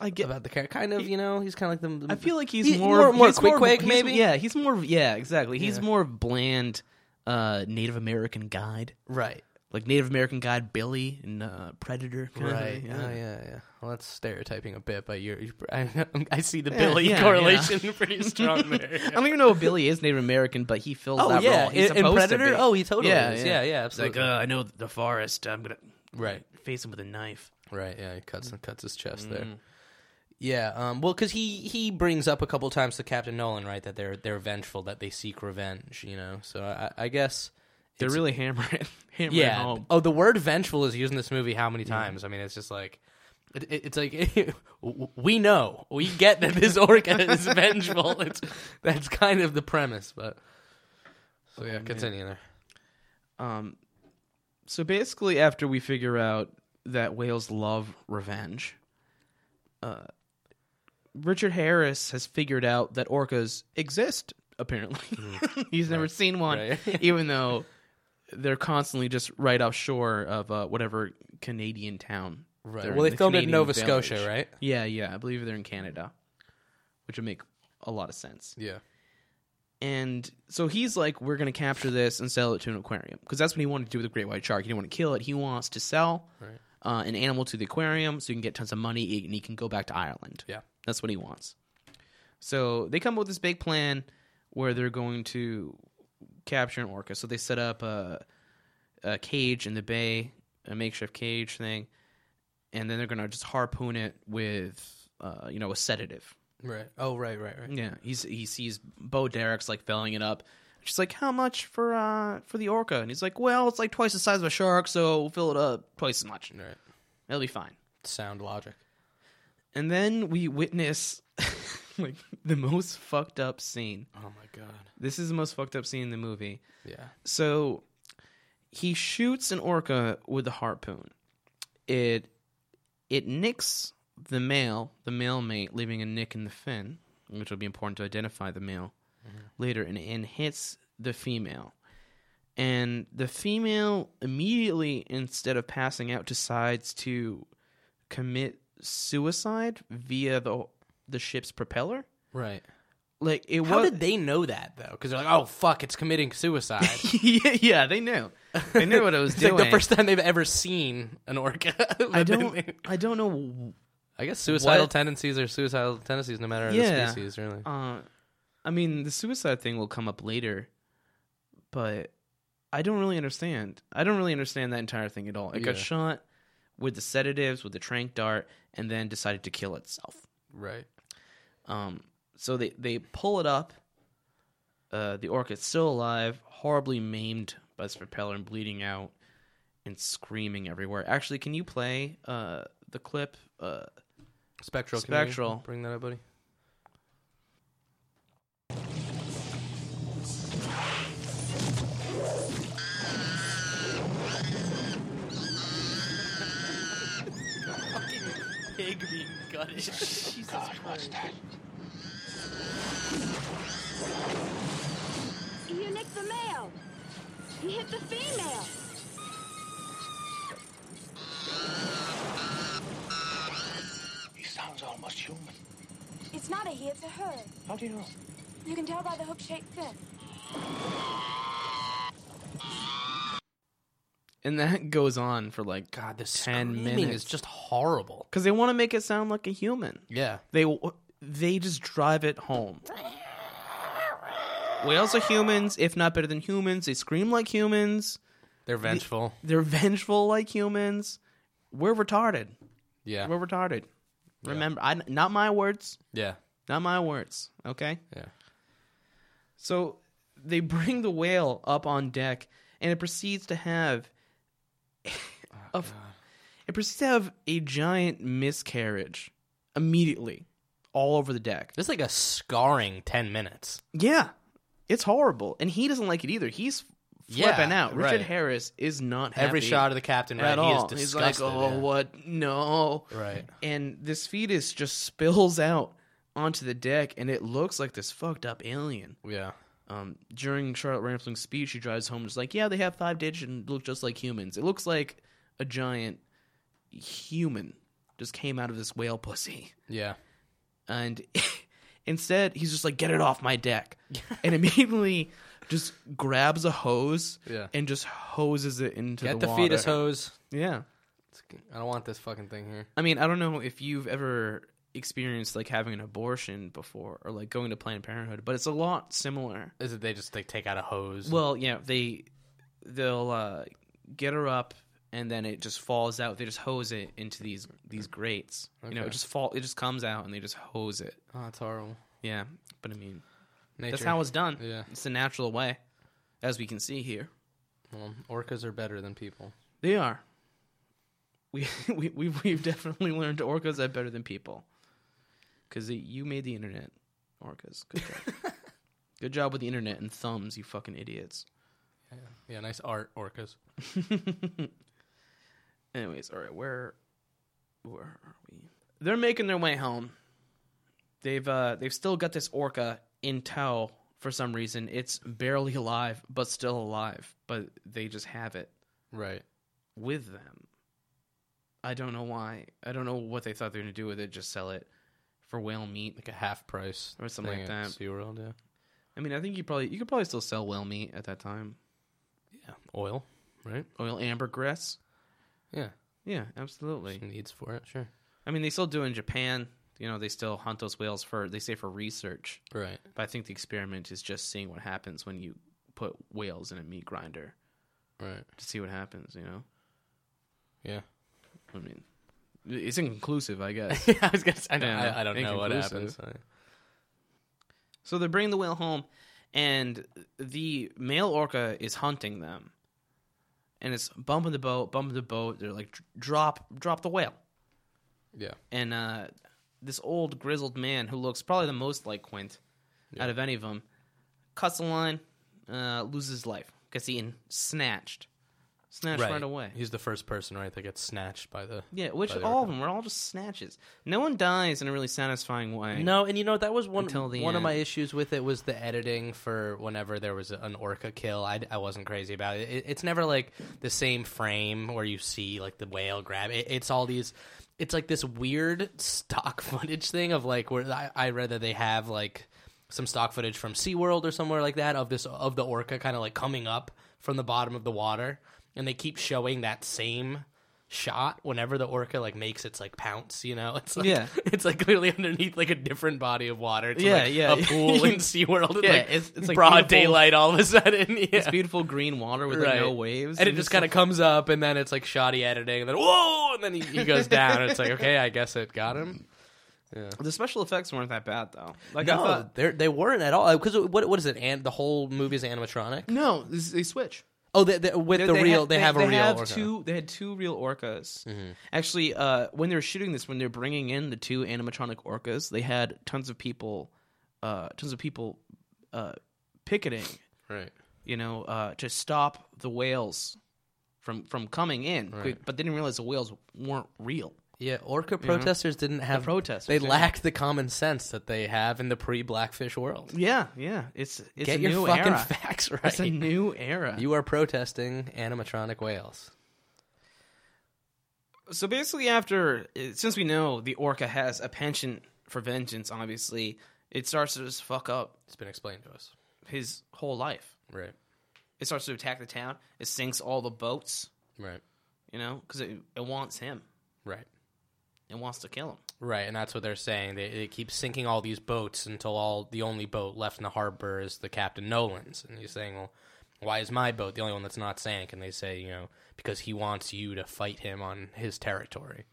I get about the character, kind of you know he's kind of like the. I feel like he's he- more more, he's quick, more- quick, he's- maybe. Yeah, he's more yeah, exactly. He's more bland uh Native American guide. right, like Native American guide Billy and uh, Predator. kind of right. thing, Yeah. Oh, yeah, yeah. Well, that's stereotyping a bit, but you're, you're I, I see the Yeah, Billy yeah, correlation pretty strong there. I don't even know if Billy is Native American, but he fills Oh, that yeah, role. He's in- in supposed Predator? To be. Oh, he totally is. Yeah, yeah, He's like, absolutely. uh, I know the forest. I'm gonna right. face him with a knife. Right. Yeah. He cuts Mm. and cuts his chest there. Yeah. Um, well, because he he brings up a couple times to Captain Nolan, right, that they're they're vengeful, that they seek revenge. You know. So I, I guess. They're really hammering, hammering Yeah. home. Oh, the word vengeful is used in this movie how many times? I mean, it's just like. It, it- it's like we know, we get that this orca is vengeful. It's that's kind of the premise, but so yeah, continue there. Um, so basically, after we figure out that whales love revenge, uh, Richard Harris has figured out that orcas exist. Apparently, he's never seen one, Hmm. Right. even though they're constantly just right offshore of uh, whatever Canadian town. they're in, Well, they the filmed it in Canadian Nova village. Scotia, right? Yeah, yeah, I believe they're in Canada, which would make a lot of sense. Yeah. And so he's like, we're going to capture this and sell it to an aquarium. Because that's what he wanted to do with the great white shark. He didn't want to kill it. He wants to sell uh, an animal to the aquarium so he can get tons of money and he can go back to Ireland. Yeah. That's what he wants. So they come up with this big plan where they're going to capture an orca. So they set up a, a cage in the bay, a makeshift cage thing. And then they're going to just harpoon it with, uh, you know, a sedative. Right. Oh, right, right, right. Yeah, he's he sees Bo Derek's like filling it up. She's like, "How much for uh for the orca?" And he's like, "Well, it's like twice the size of a shark, so we'll fill it up twice as much. Right. It'll be fine." Sound logic. And then we witness like the most fucked up scene. Oh my god. This is the most fucked up scene in the movie. Yeah. So he shoots an orca with a harpoon. It it nicks the male, the male mate, leaving a nick in the fin, which will be important to identify the male Mm-hmm. later, and, and hits the female. And the female immediately, instead of passing out, decides to commit suicide via the the ship's propeller. Right. Like it How was did they know that though? Because they're like, oh fuck, it's committing suicide. yeah, yeah, they knew. They knew what I was it's doing. like the first time they've ever seen an orca. I don't. I don't know. I guess suicidal What? tendencies are suicidal tendencies, no matter Yeah. the species, really. Uh, I mean, the suicide thing will come up later, but I don't really understand. I don't really understand that entire thing at all. It got Yeah. shot with the sedatives, with the trank dart, and then decided to kill itself. Right. Um, so they they pull it up. Uh, the orc is still alive, horribly maimed by this propeller and bleeding out and screaming everywhere. Actually, can you play uh, the clip? Uh, Spectral. can Spectral. you Bring that up, buddy. Pig being gutted. God, what's that? You nicked the male. He hit the female. He sounds almost human. It's not a he, it's a her. How do you know? You can tell by the hook-shaped fin. and that goes on for like God, this 10 screaming minutes. is just horrible. because they want to make it sound like a human. Yeah. They they just drive it home. Whales are humans, if not better than humans. They scream like humans. They're vengeful. They're vengeful like humans. We're retarded. yeah. We're retarded. Remember, I, not my words. Yeah. Not my words. Okay. Yeah. So they bring the whale up on deck and it proceeds to have Oh, a, it proceeds to have a giant miscarriage immediately all over the deck. This is like a scarring ten minutes. Yeah, it's horrible, and he doesn't like it either. He's Yeah, flipping out. Richard right. Harris is not happy Every shot of the captain, right? at he all. is He's like, disgusted. oh, yeah. what? No, Right. And this fetus just spills out onto the deck, and it looks like this fucked up alien. Yeah. Um, during Charlotte Rampling's speech, she drives home just like, yeah, they have five digits and look just like humans. It looks like a giant human just came out of this whale pussy Yeah. and instead he's just like get it off my deck and immediately just grabs a hose Yeah. and just hoses it into Get the, the, water. fetus hose. yeah I don't want this fucking thing here. i mean i don't know if you've ever experienced like having an abortion before or like going to planned parenthood but it's a lot similar Is it they just like take out a hose? well yeah they they'll uh get her up and then it just falls out they just hose it into these these grates you know Okay. it just fall it just comes out and they just hose it oh, that's horrible. yeah but i mean Nature. That's how it's done. Yeah. It's the natural way, as we can see here. Well, orcas are better than people. They are. We, we, we've, we've definitely learned orcas are better than people. Because you made the internet, orcas. Good job. Good job with the internet and thumbs, you fucking idiots. Yeah, nice art, orcas. Anyways, all right, where where are we? They're making their way home. They've uh they've still got this orca in tow for some reason. It's barely alive, but still alive. But they just have it. Right. with them. I don't know why. I don't know what they thought they were going to do with it. Just sell it for whale meat. Like a half price Or something thing like at that. SeaWorld, yeah. I mean, I think you probably you could probably still sell whale meat at that time. Yeah. Oil, right? Oil ambergris. Yeah. Yeah, absolutely. Some needs for it, sure. I mean, they still do in Japan. You know, they still hunt those whales for they say for research. Right. But I think the experiment is just seeing what happens when you put whales in a meat grinder Right. to see what happens. You know, Yeah. I mean, it's inconclusive, I guess. yeah, I was gonna say I, don't- Yeah, I, I don't know what happened. inconclusive. So they bring the whale home, and the male orca is hunting them, and it's bumping the boat, bumping the boat. They're like, drop, drop the whale, Yeah. and uh, this old grizzled man who looks probably the most like Quint out of any of them cuts the line, uh, loses his life, gets eaten, snatched, snatched right, away. He's the first person, right, that gets snatched by the Yeah, which by the all of them were all just snatches. No one dies in a really satisfying way. No, and you know that was one Until the one of my end. issues with it was the editing for whenever there was an orca kill. I, I wasn't crazy about it. it. It's never like the same frame where you see like the whale grab. It, it's all these. It's like this weird stock footage thing of like where I, I read that they have like some stock footage from SeaWorld or somewhere like that of this of the orca kind of like coming up from the bottom of the water, and they keep showing that same shot whenever the orca like makes its like pounce you know it's like Yeah. it's like clearly underneath like a different body of water. It's Yeah, like yeah. a pool in SeaWorld. Yeah, yeah, like it's- it's, it's like like beautiful- broad daylight all of a sudden. Yeah. It's beautiful green water with like, no waves, And it just kind of comes up, and then it's like shoddy editing, and then whoa, and then he, he goes down, and it's like, okay, I guess it got him. The special effects weren't that bad though. Like I No, thought, they're- they weren't at all. Because what what is it? And the whole movie's animatronic. no, this- they switch. Oh, they, they, with the had- real, they, have a real. orca. Mm-hmm. Two, they had two real orcas. Actually, uh, when they were shooting this, when they were bringing in the two animatronic orcas, they had tons of people, uh, tons of people uh, picketing, right? you know, uh, to stop the whales from from coming in. Right. But they didn't realize the whales weren't real. Yeah, orca Mhm. protesters didn't have protesters, They yeah. lacked the common sense that they have in the pre-blackfish world. Yeah, yeah. It's it's Get a your new fucking era. facts right. It's a new era. You are protesting animatronic whales. so basically after uh, since we know the orca has a penchant for vengeance obviously it starts to just fuck up It's been explained to us. his whole life Right. it starts to attack the town it sinks all the boats Right. you know because it, it wants him Right. it wants to kill him Right, and that's what they're saying. They, they keep sinking all these boats until all the only boat left in the harbor is the Captain Nolan's. And he's saying, "Well, why is my boat the only one that's not sank?" And they say, "You know, because he wants you to fight him on his territory."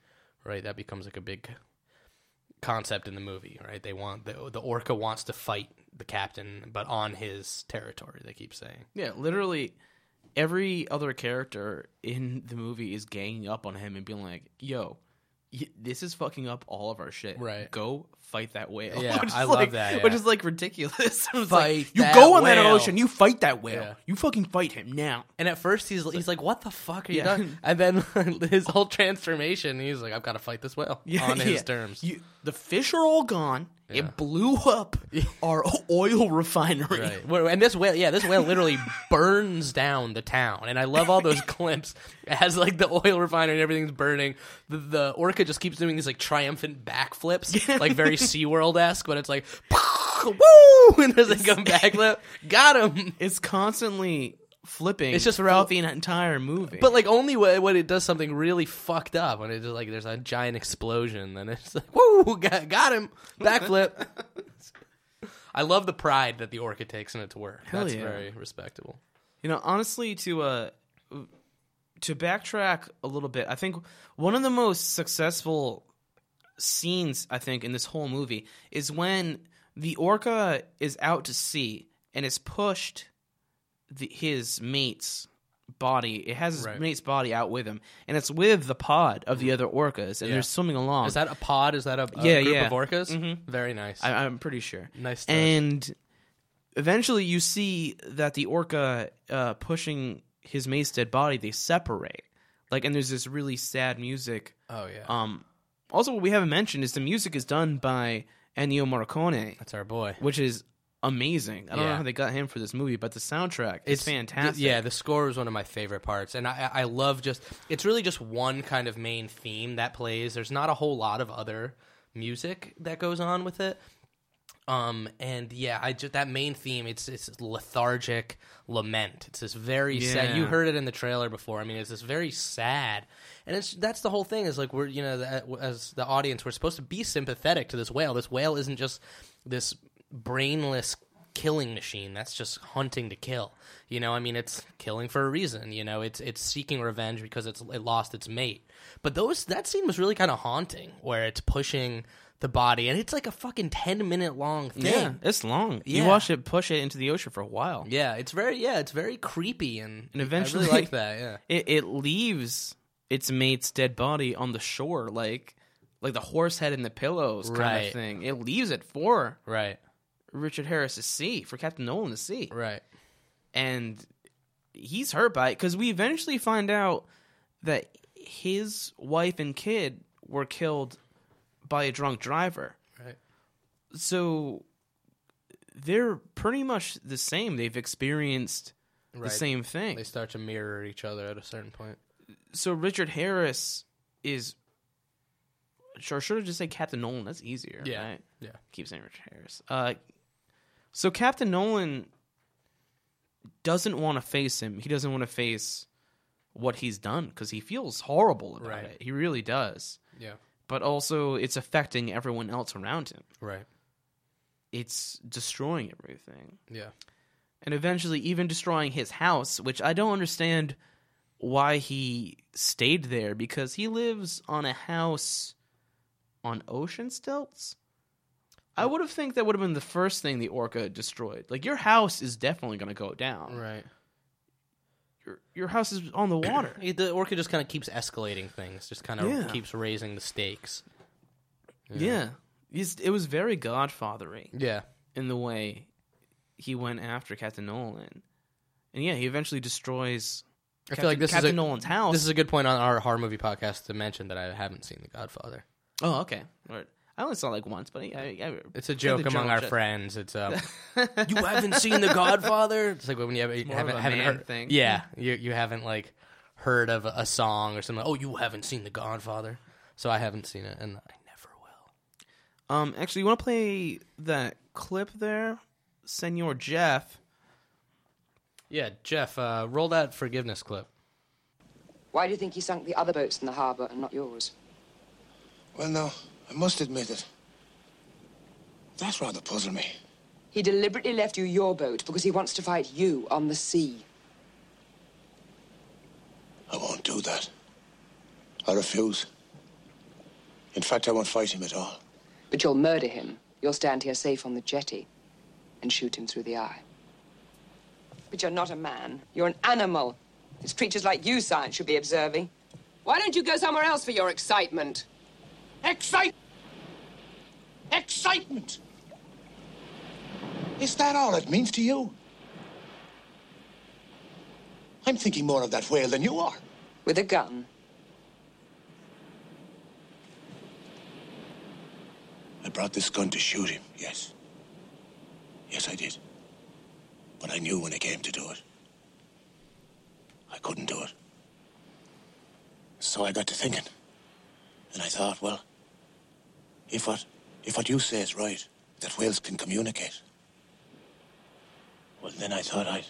Right, that becomes like a big concept in the movie. Right, they want the the orca wants to fight the captain, but on his territory. They keep saying, yeah literally every other character in the movie is ganging up on him and being like, "Yo, y- this is fucking up all of our shit. Right. Go fight that whale." Yeah, Which is I love like- that, Which yeah. is like ridiculous. I was Fight like, you that go on that whale." ocean, you fight that whale, Yeah. you fucking fight him now. And at first he's he's like, "What the fuck are you Yeah. doing?" And then his whole transformation, he's like, "I've got to fight this whale on his terms." You, the fish are all gone. Yeah. It blew up our oil refinery. Right. Well, And this whale, yeah, this whale literally burns down the town. And I love all those clips as like the oil refinery and everything's burning. The, the orca just keeps doing these like triumphant backflips, like very SeaWorld esque, but it's like, woo! And there's like a backflip. Got him. It's constantly flipping. It's just throughout fl- the entire movie. But like only when, when it does something really fucked up, when it just like there's a giant explosion, then it's like, woo, got, got him, backflip. I love the pride that the orca takes in its work. Hell That's yeah. very respectable. You know, honestly, to uh, to backtrack a little bit, I think one of the most successful scenes I think in this whole movie is when the orca is out to sea and is pushed the, his mate's body. It has his Right. Mm-hmm. mate's body out with him, and it's with the pod of the other orcas, and Yeah. they're swimming along. Is that a pod? Is that a, a Yeah, group yeah. Mm-hmm. of orcas? Very nice. I, I'm pretty sure. Nice touch. And eventually, you see that the orca uh, pushing his mate's dead body. They separate. Like, and there's this really sad music. oh yeah, Um, also, what we haven't mentioned is the music is done by Ennio Morricone, that's our boy. which is amazing. I don't know Yeah. how they got him for this movie, but the soundtrack is fantastic. yeah, the score is one of my favorite parts, and I, I I love just it's really just one kind of main theme that plays. There's not a whole lot of other music that goes on with it. Um and yeah, I just that main theme it's it's lethargic lament. It's this very sad. You Yeah. heard it in the trailer before. I mean, it's this very sad, and it's that's the whole thing. Is like we're you know the, uh, as the audience we're supposed to be sympathetic to this whale. This whale isn't just this brainless killing machine that's just hunting to kill. You know, I mean, it's killing for a reason. You know, it's it's seeking revenge because it's it lost its mate. But those that scene was really kind of haunting, where it's pushing the body, and it's like a fucking ten minute long thing. yeah, it's long. Yeah. You watch it push it into the ocean for a while. Yeah, it's very yeah, it's very creepy and And eventually- I really like that. Yeah, it, it leaves its mate's dead body on the shore, like like the horse head in the pillows kind Right. of thing. It leaves it for right, Richard Harris to see, for Captain Nolan to see, right. and he's hurt by it because we eventually find out that his wife and kid were killed by a drunk driver. Right. So they're pretty much the same. They've experienced the Right. same thing. They start to mirror each other at a certain point. so Richard Harris is sure should have just said Captain Nolan. That's easier. Yeah. Right? Yeah. Keep saying Richard Harris. Uh, so Captain Nolan doesn't want to face him. He doesn't want to face what he's done because he feels horrible about Right. it. He really does. Yeah. But also, it's affecting everyone else around him. Right. It's destroying everything Yeah. and eventually even destroying his house, which I don't understand why he stayed there because he lives on a house on ocean stilts. I would have think that would have been the first thing the orca destroyed. Like your house is definitely going to go down. Right. Your your house is on the water. It- the orca just kind of keeps escalating things, just kind of Yeah. keeps raising the stakes. yeah. It's- It was very godfathery Yeah. in the way he went after Captain Nolan. And yeah, he eventually destroys I Captain, feel like this Captain is a, Nolan's house. This is a good point on our horror movie podcast to mention that I haven't seen The Godfather. Oh, okay. All right. I only saw like once, but I, I, I It's a joke the among our joke. friends. It's um, you haven't seen The Godfather. It's like when you haven't, more haven't, of a haven't man heard thing. Yeah, you you haven't like heard of a song or something. Oh, you haven't seen The Godfather, so I haven't seen it, and I never will. Um, actually, you want to play that clip there, Senor Jeff? Yeah, Jeff, uh, roll that forgiveness clip. Why do you think he sunk the other boats in the harbor and not yours? Well, now, I must admit it. That's rather puzzled me. He deliberately left you your boat because he wants to fight you on the sea. I won't do that. I refuse. In fact, I won't fight him at all. But you'll murder him. You'll stand here safe on the jetty and shoot him through the eye. But you're not a man. You're an animal. It's creatures like you science should be observing. Why don't you go somewhere else for your excitement? Excite! Excitement! Is that all it means to you? I'm thinking more of that whale than you are. With a gun. I brought this gun to shoot him, yes. Yes, I did. But I knew when I came to do it. I couldn't do it. So I got to thinking. And I thought, well, if what if what you say is right, that whales can communicate. Well then I thought I'd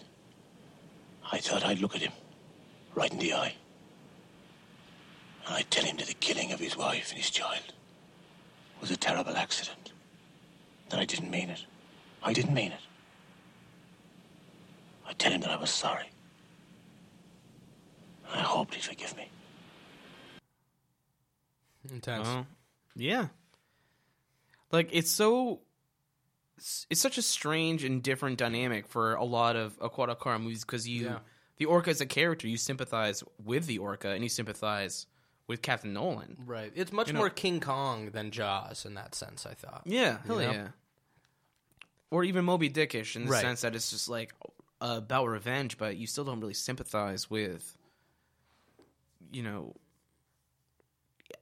I thought I'd look at him right in the eye. And I'd tell him that the killing of his wife and his child was a terrible accident. That I didn't mean it. I didn't mean it. I'd tell him that I was sorry. And I hoped he'd forgive me. Intense. Oh, yeah. Like it's so, it's it's such a strange and different dynamic for a lot of Aquatakara movies because you, Yeah. the orca is a character, you sympathize with the orca and you sympathize with Captain Nolan. Right. It's much know- more King Kong than Jaws in that sense, I thought. Yeah, hell You know? yeah. Or even Moby Dickish in the Right. sense that it's just like about revenge, but you still don't really sympathize with, you know.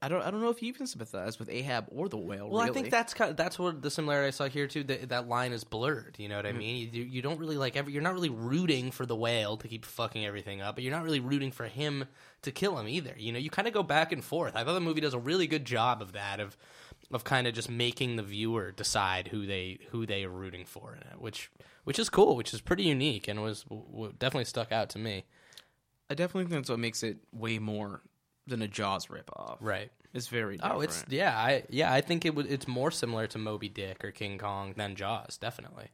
I don't. I don't know if you even sympathize with Ahab or the whale. Well, I really. think that's kind of, that's what the similarity I saw here too. That that line is blurred. You know what I mean? You, you don't really like ever. You're not really rooting for the whale to keep fucking everything up, but you're not really rooting for him to kill him either. You know, you kind of go back and forth. I thought the movie does a really good job of that of of kind of just making the viewer decide who they who they are rooting for in it, which which is cool, which is pretty unique, and was w- w- definitely stuck out to me. I definitely think that's what makes it way more than a Jaws ripoff. Right. It's very different. Oh, it's yeah, I yeah, I think it would. It's more similar to Moby Dick or King Kong than Jaws, definitely.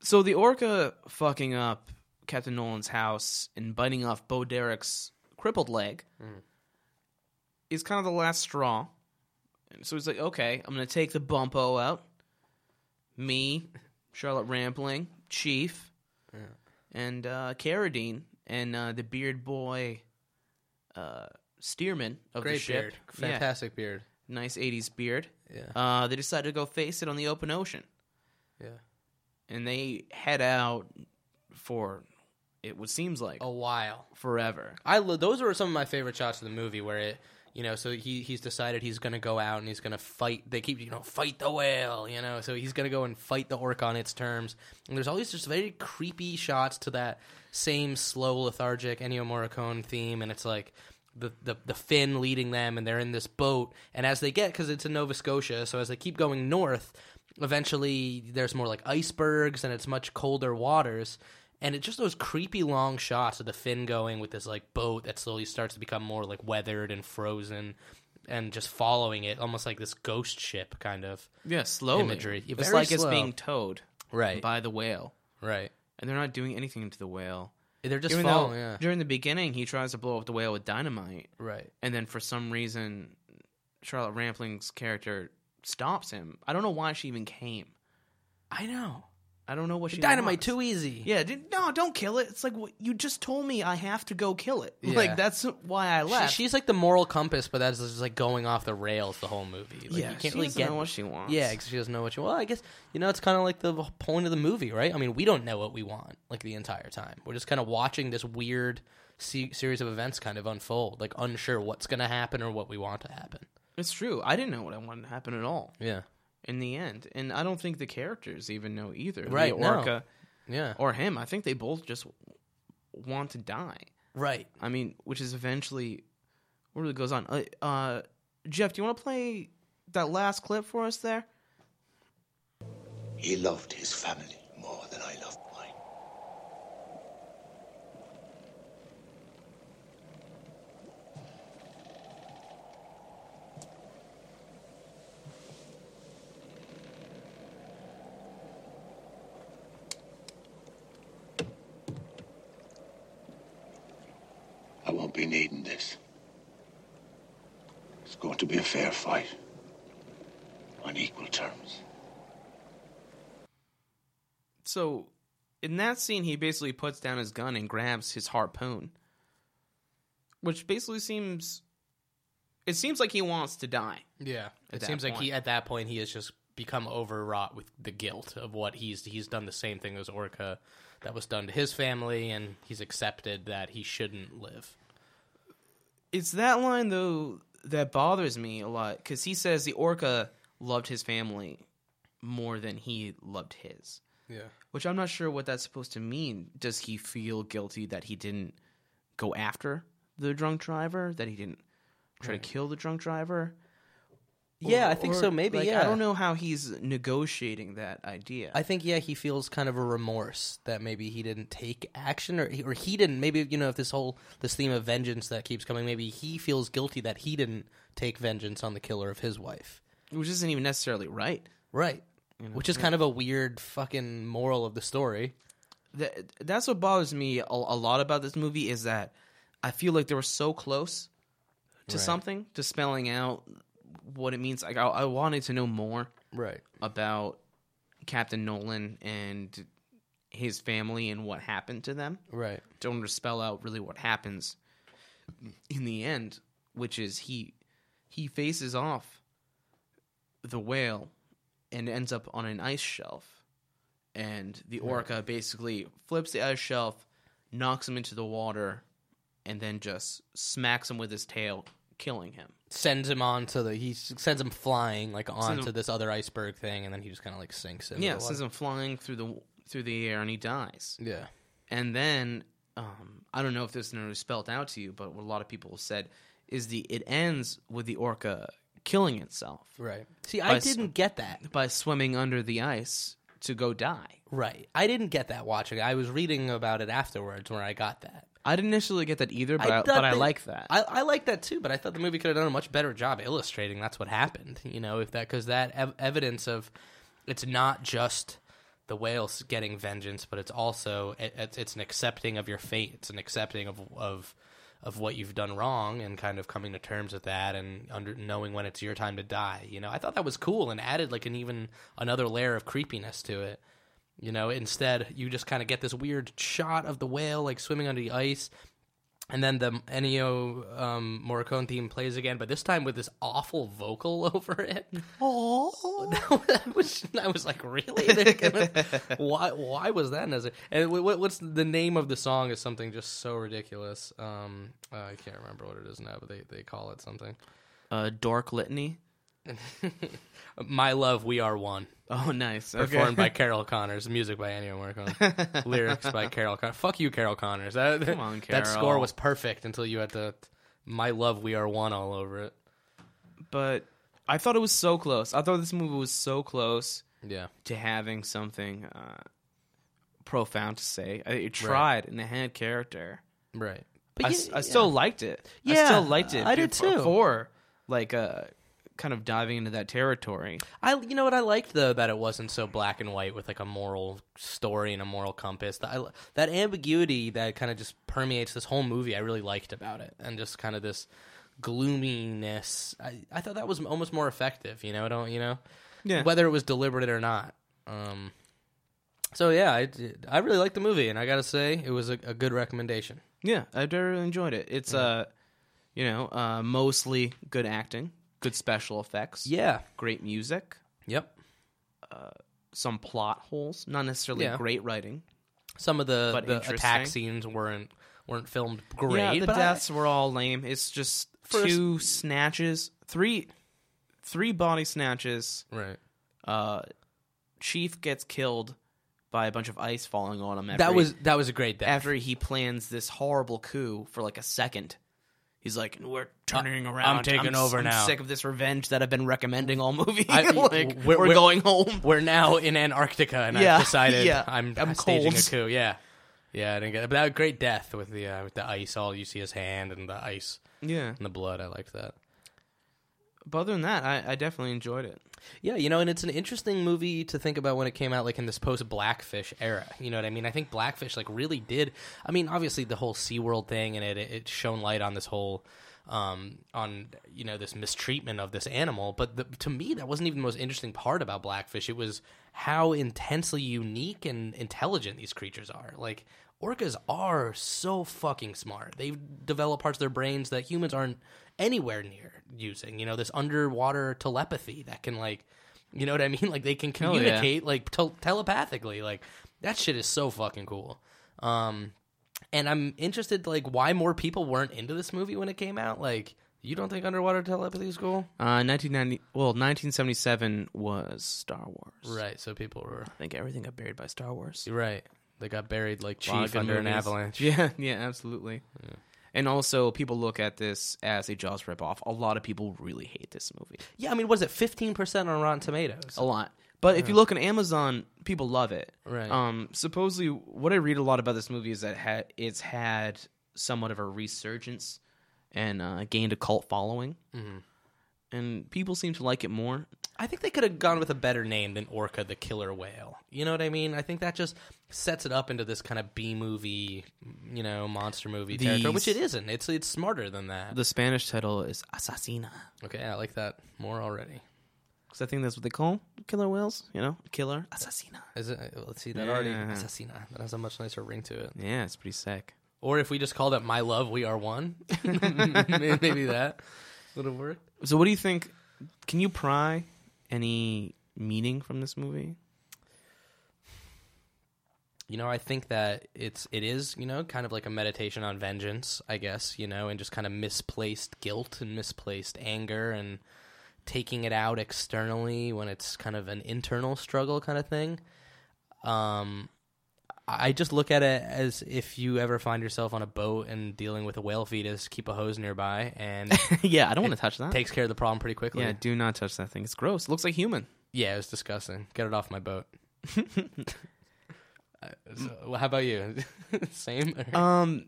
so the orca fucking up Captain Nolan's house and biting off Bo Derek's crippled leg Mm. is kind of the last straw. And so he's like, okay, I'm gonna take the bumpo out. Me, Charlotte Rampling, Chief, and uh, Carradine, and uh, the beard boy, uh, steerman of the Great ship. beard, Yeah. fantastic beard. nice 80s beard. Yeah. Uh, they decided to go face it on the open ocean. Yeah. And they head out for, it what seems like, A while. forever. I lo- those were some of my favorite shots of the movie where it, you know, so he he's decided he's going to go out and he's going to fight. They keep, you know, fight the whale, you know. So he's going to go and fight the orc on its terms. And there's all these just very creepy shots to that same slow lethargic Ennio Morricone theme and it's like the, the the Finn leading them, and they're in this boat. And as they get, because it's in Nova Scotia, so as they keep going north, eventually there's more like icebergs, and it's much colder waters. And it's just those creepy long shots of the Finn going with this like boat that slowly starts to become more like weathered and frozen, and just following it almost like this ghost ship kind of. Yeah, slowly. Imagery. Yeah, It's very like it's slow. being towed Right. by the whale. Right. And they're not doing anything to the whale. They're just Even though following. yeah. during the beginning, he tries to blow up the whale with dynamite. Right. And then for some reason, Charlotte Rampling's character stops him. I don't know why she even came. I know. I don't know what she Dynamite wants. too easy. Yeah, d- no, don't kill it. It's like wh- you just told me I have to go kill it. Yeah. Like that's why I She- left. she's like the moral compass, but that's just like going off the rails the whole movie. Like, yeah, you can't she really doesn't get know what she wants. Yeah, 'cause she doesn't know what she. Well, I guess you know it's kind of like the whole point of the movie, right? I mean, we don't know what we want like the entire time. We're just kind of watching this weird se- series of events kind of unfold, like unsure what's going to happen or what we want to happen. it's true. I didn't know what I wanted to happen at all Yeah, in the end, and I don't think the characters even know either. Right, the no. orca yeah, or him. I think they both just want to die. right. I mean, which is eventually what really goes on. Uh, uh, Jeff, do you want to play that last clip for us there? He loved his family more than I loved mine. I won't be needing this. It's going to be a fair fight on equal terms. So in that scene, he basically puts down his gun and grabs his harpoon, which basically seems. It seems like he wants to die. Yeah, it that seems like he point. at that point he has just become overwrought with the guilt of what he's he's done the same thing as Orca that was done to his family, and he's accepted that he shouldn't live. It's that line though that bothers me a lot because he says the orca loved his family more than he loved his. Yeah, which I'm not sure what that's supposed to mean. Does he feel guilty that he didn't go after the drunk driver? That he didn't try to kill the drunk driver? yeah, I think Or, so. Maybe like, yeah. I don't know how he's negotiating that idea. I think yeah, he feels kind of a remorse that maybe he didn't take action, or he, or he didn't. Maybe you know, if this whole this theme of vengeance that keeps coming, maybe he feels guilty that he didn't take vengeance on the killer of his wife. which isn't even necessarily right. Right. Which is kind of a weird fucking moral of the story. That, that's what bothers me a, a lot about this movie is that I feel like they were so close to something, to spelling out what it means. Like I, I wanted to know more. Right. about Captain Nolan and his family and what happened to them. Right. Don't want to spell out really what happens in the end, which is he he faces off the whale and ends up on an ice shelf. And the orca basically flips the ice shelf, knocks him into the water, and then just smacks him with his tail, killing him. Sends him on to the he s- sends him flying like onto him- this other iceberg thing, and then he just kind of like sinks in. Yeah, sends him flying through the through the air, and he dies. Yeah. And then um, I don't know if this is necessarily spelled out to you, but what a lot of people have said is the it ends with the orca killing itself Right. See, By I s- didn't get that. by swimming under the ice to go die. Right. I didn't get that watching. I was reading about it afterwards where I got that. I didn't necessarily get that either, but I, thought but I they- like that. I, I like that too, but I thought the movie could have done a much better job illustrating that's what happened. You know, if that because that ev- evidence of it's not just the whales getting vengeance, but it's also it, it's, it's an accepting of your fate. It's an accepting of of of what you've done wrong and kind of coming to terms with that and under knowing when it's your time to die. You know, I thought that was cool and added like an even another layer of creepiness to it. You know, instead you just kind of get this weird shot of the whale like swimming under the ice, and then the Ennio um, Morricone theme plays again, but this time with this awful vocal over it. Oh, that was, I was like, really? They're gonna- why? Why was that necessary? And what, what's the name of the song? Is something just so ridiculous? Um, uh, I can't remember what it is now, but they they call it something. uh, Dork Litany. My love, we are one. Oh, nice. Performed by Carol Connors, music by Ennio Morricone, lyrics by Carol Connors. Fuck you, Carol Connors. That, Come on, That score Carol. was perfect until you had the "My Love, We Are One" all over it. But I thought it was so close. I thought this movie was so close. Yeah. to having something uh, profound to say. I- It tried and it had character. Right. I, you- s- I still liked it. I Yeah, still liked it. I did befo- too. Before, like, uh, kind of diving into that territory. I you know what I liked though that it wasn't so black and white with like a moral story and a moral compass. That I, that ambiguity that kind of just permeates this whole movie. I really liked about it, and just kind of this gloominess. I, I thought that was almost more effective. You know, don't you know? Yeah. Whether it was deliberate or not. Um. So yeah, I did- I really liked the movie, and I gotta say it was a, a good recommendation. Yeah, I really enjoyed it. It's, uh, you know, uh, mostly good acting, good special effects, Yeah. great music, Yep. some plot holes, not necessarily Yeah. great writing. Some of the, But the attack interesting. scenes weren't weren't filmed great. Yeah, the but I- deaths were all lame. It's just First- two snatches, three, three body snatches. right. uh, Chief gets killed by a bunch of ice falling on him. After That he- was that was a great death. after he plans this horrible coup for like a second. He's like, we're turning around. taking I'm- over I'm now." Sick of this revenge that I've been recommending all movie. I- like, we're- we're, we're- going home. we're now in Antarctica, and Yeah, I've decided yeah, I'm, I'm staging cold. a coup. Yeah, yeah, I didn't get, but that was a great death with the uh, with the ice. All you see is hand and the ice Yeah, and the blood. I liked that. But other than that, I, I definitely enjoyed it. Yeah, you know, and it's an interesting movie to think about when it came out, like in this post Blackfish era. You know what I mean? I think Blackfish, like, really did. I mean, obviously, the whole SeaWorld thing and it, it shone light on this whole, um, on, you know, this mistreatment of this animal. But the, to me, that wasn't even the most interesting part about Blackfish. It was how intensely unique and intelligent these creatures are. Like, orcas are so fucking smart. They've developed parts of their brains that humans aren't anywhere near using. You know, this underwater telepathy that can like, you know what I mean? Like they can communicate like tel- telepathically. Like that shit is so fucking cool. Um, and I'm interested like why more people weren't into this movie when it came out. Like you don't think underwater telepathy is cool, Uh, 1990, well, 1977 was Star Wars. right? So people were I think everything got buried by Star Wars. right. They got buried like lot of chief good under an movies. avalanche. Yeah, yeah, absolutely. And also, people look at this as a Jaws ripoff. A lot of people really hate this movie. Yeah, I mean, was it 15% on Rotten Tomatoes? A lot. But if you look on Amazon, people love it. Right. Um, supposedly, what I read a lot about this movie is that ha- it's had somewhat of a resurgence and uh, gained a cult following. Mm-hmm. And people seem to like it more. I think they could have gone with a better name than Orca the Killer Whale. You know what I mean? I think that just sets it up into this kind of B movie, you know, monster movie The- territory, which it isn't. It's it's smarter than that. The Spanish title is Asesina. Okay, I like that more already. Because I think that's what they call killer whales, you know? Killer Asesina. Is it? Let's see. That already Yeah. Assassina. That has a much nicer ring to it. Yeah, it's pretty sick. Or if we just called it My Love, We Are One, maybe that would have worked. So, what do you think? Can you pry any meaning from this movie? you know i think that it's it is you know kind of like a meditation on vengeance i guess you know and just kind of misplaced guilt and misplaced anger and taking it out externally when it's kind of an internal struggle kind of thing um i just look at it as if you ever find yourself on a boat and dealing with a whale fetus keep a hose nearby and yeah, I don't want to touch that. takes care of the problem pretty quickly yeah, do not touch that thing. It's gross. It looks like human. yeah it was disgusting get it off my boat Uh, so, how about you same or- Um,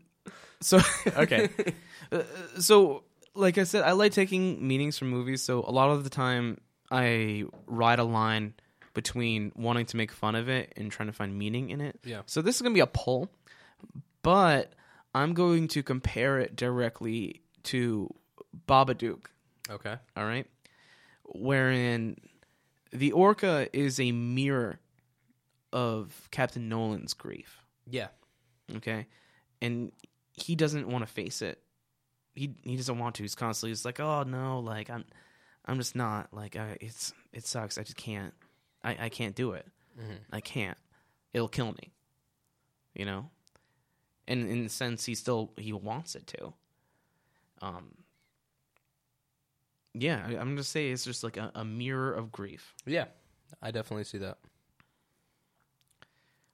so okay, Uh, so like I said, I like taking meanings from movies. So a lot of the time, I ride a line between wanting to make fun of it and trying to find meaning in it. Yeah. So this is gonna be a poll, but I'm going to compare it directly to Babadook. okay All right, wherein the orca is a mirror of Captain Nolan's grief Yeah. okay and he doesn't want to face it he he doesn't want to he's constantly just like oh no like i'm i'm just not like I, it's it sucks i just can't i, I can't do it i can't it'll kill me you know and in the sense he still he wants it to um yeah I, i'm gonna say it's just like a, a mirror of grief Yeah. I definitely see that.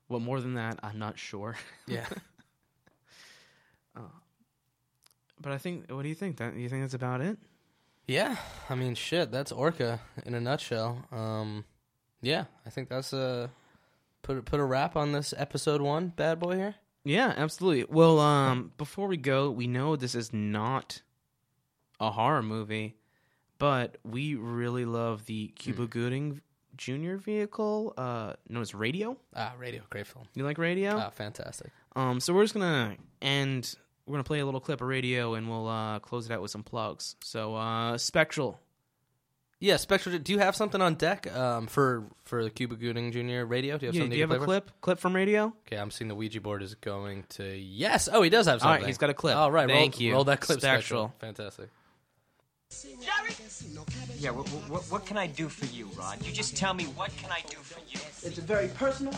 well more than that i'm not sure Yeah. but i think what do you think that you think that's about it yeah. I mean, shit, that's Orca in a nutshell. Um, yeah. I think that's a. Put, put a wrap on this episode one bad boy here. Yeah, absolutely. Well, um, before we go, we know this is not a horror movie, but we really love the Hmm. Cuba Gooding Jr. vehicle, uh, known as Radio. Ah, radio, great film. You like Radio? Ah, fantastic. Um, so we're just gonna end. We're gonna play a little clip of Radio, and we'll uh, close it out with some plugs. So, uh, Spectral. Yeah, Spectral. Do you have something on deck um, for for Cuba Gooding Jr. Radio? Do you have Yeah, something? do you have a can play for us? clip? Clip from Radio? Okay, I'm seeing the Ouija board is going to yes. Oh, he does have All something. right, he's got a clip. All right, roll- Thank you. Roll that clip, Spectral. Fantastic. Yeah, what, what, what can I do for you, Rod? You just tell me what can I do for you. It's a very personal,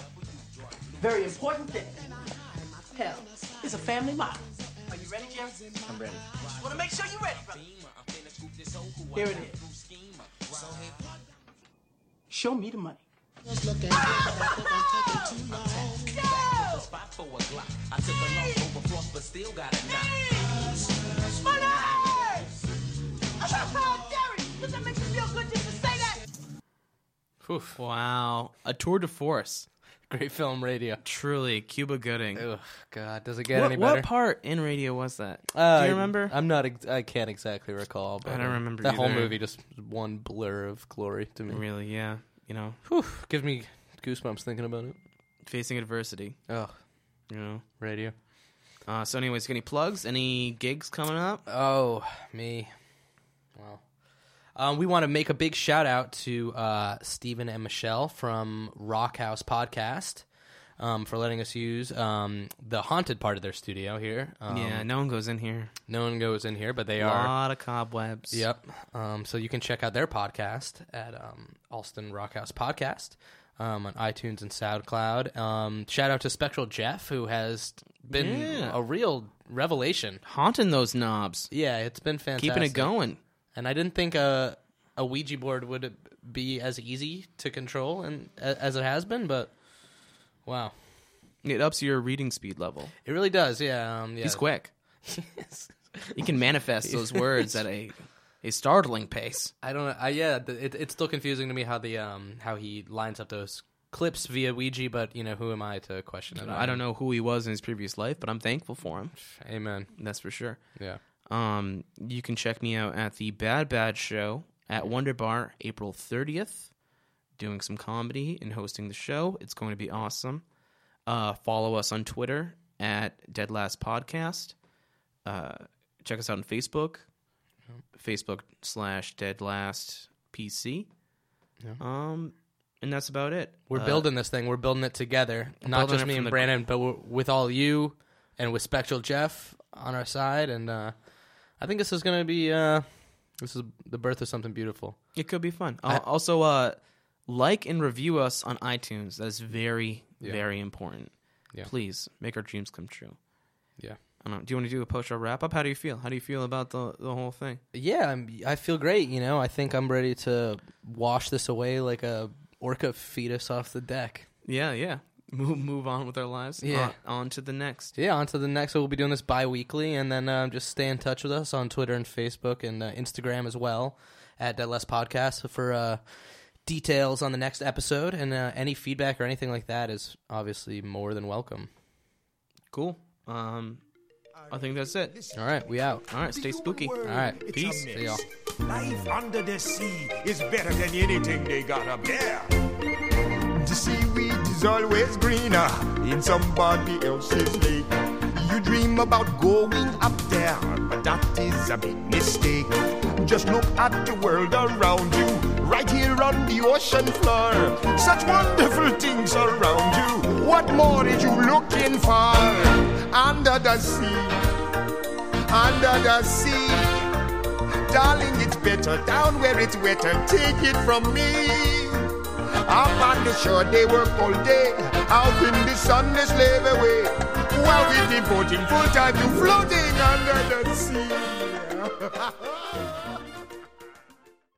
very important thing. Hell, it's a family model. Are you ready, Jerry? I'm ready. Just want to make sure you're ready, brother. Here it is. Show me the money. Wow, a tour de force. Great film radio. Truly, Cuba Gooding. Ugh, God, does it get what, any what better? part in radio was that? Uh, Do you remember? I'm not. Ex- I can't exactly recall. But I don't uh, remember That whole either. movie just was one blur of glory to me. Really? Yeah. You know, Whew, gives me goosebumps thinking about it. facing adversity. Oh, You know. radio. Uh, so, anyways, any plugs? Any gigs coming up? Oh, me. Wow. Um, we want to make a big shout out to uh, Stephen and Michelle from Rock House Podcast um, for letting us use um, the haunted part of their studio here. Um, yeah, no one goes in here. no one goes in here, but they A are. lot of cobwebs. Yep. Um, so you can check out their podcast at um, Alston Rockhouse Podcast um, on iTunes and SoundCloud. Um, shout out to Spectral Jeff, who has been Yeah. a real revelation. Haunting those knobs. Yeah, it's been fantastic. Keeping it going. And I didn't think a, a Ouija board would be as easy to control and a- as it has been, but wow. It ups your reading speed level. It really does, yeah. Um, yeah. He's quick. You can manifest those words at a, a startling pace. I don't. I yeah. th- It, it's still confusing to me how the um how he lines up those clips via Ouija, but you know who am I to question it? I don't know who he was in his previous life, but I'm thankful for him. Amen. That's for sure. Yeah. Um, you can check me out at the Bad Bad Show at Wonder Bar April 30th, doing some comedy and hosting the show. It's going to be awesome. Uh, follow us on Twitter at Dead Last Podcast. Uh, check us out on Facebook, Facebook slash Dead Last PC. Um, and that's about it. We're Uh, building this thing. We're building it together. Not building just it me from and the- Brandon, but we're, with all you and with Spectral Jeff on our side. And uh, I think this is going to be uh, this is the birth of something beautiful. It could be fun. Al also, uh, like and review us on iTunes. That is very, Yeah. very important. Yeah. Please make our dreams come true. Yeah. I don't know. Do you want to do a post show wrap up? How do you feel? How do you feel about the, the whole thing? Yeah, I'm, I feel great. You know, I think I'm ready to wash this away like a orca fetus off the deck. Yeah, yeah. Move move on with our lives. Yeah. On, on to the next. Yeah, on to the next. So we'll be doing this bi-weekly, and then um, just stay in touch with us on Twitter and Facebook and uh, Instagram as well at Dead Less Podcast for uh, details on the next episode. And uh, any feedback or anything like that is obviously more than welcome. Cool. Um, I think that's it. All right, we out. All right. Stay spooky. Word, All right, it's peace. a See y'all. mess. Life under the sea is better than anything they got up there. The seaweed is always greener in somebody else's lake. You dream about going up there, but that is a big mistake. Just look at the world around you, right here on the ocean floor. Such wonderful things around you. What more is you looking for? Under the sea, under the sea. Darling, it's better down where it's wetter. Take it from me. Up on the shore, they work all day. Out in the sun, they slave away. While we devoting full time to floating under the sea.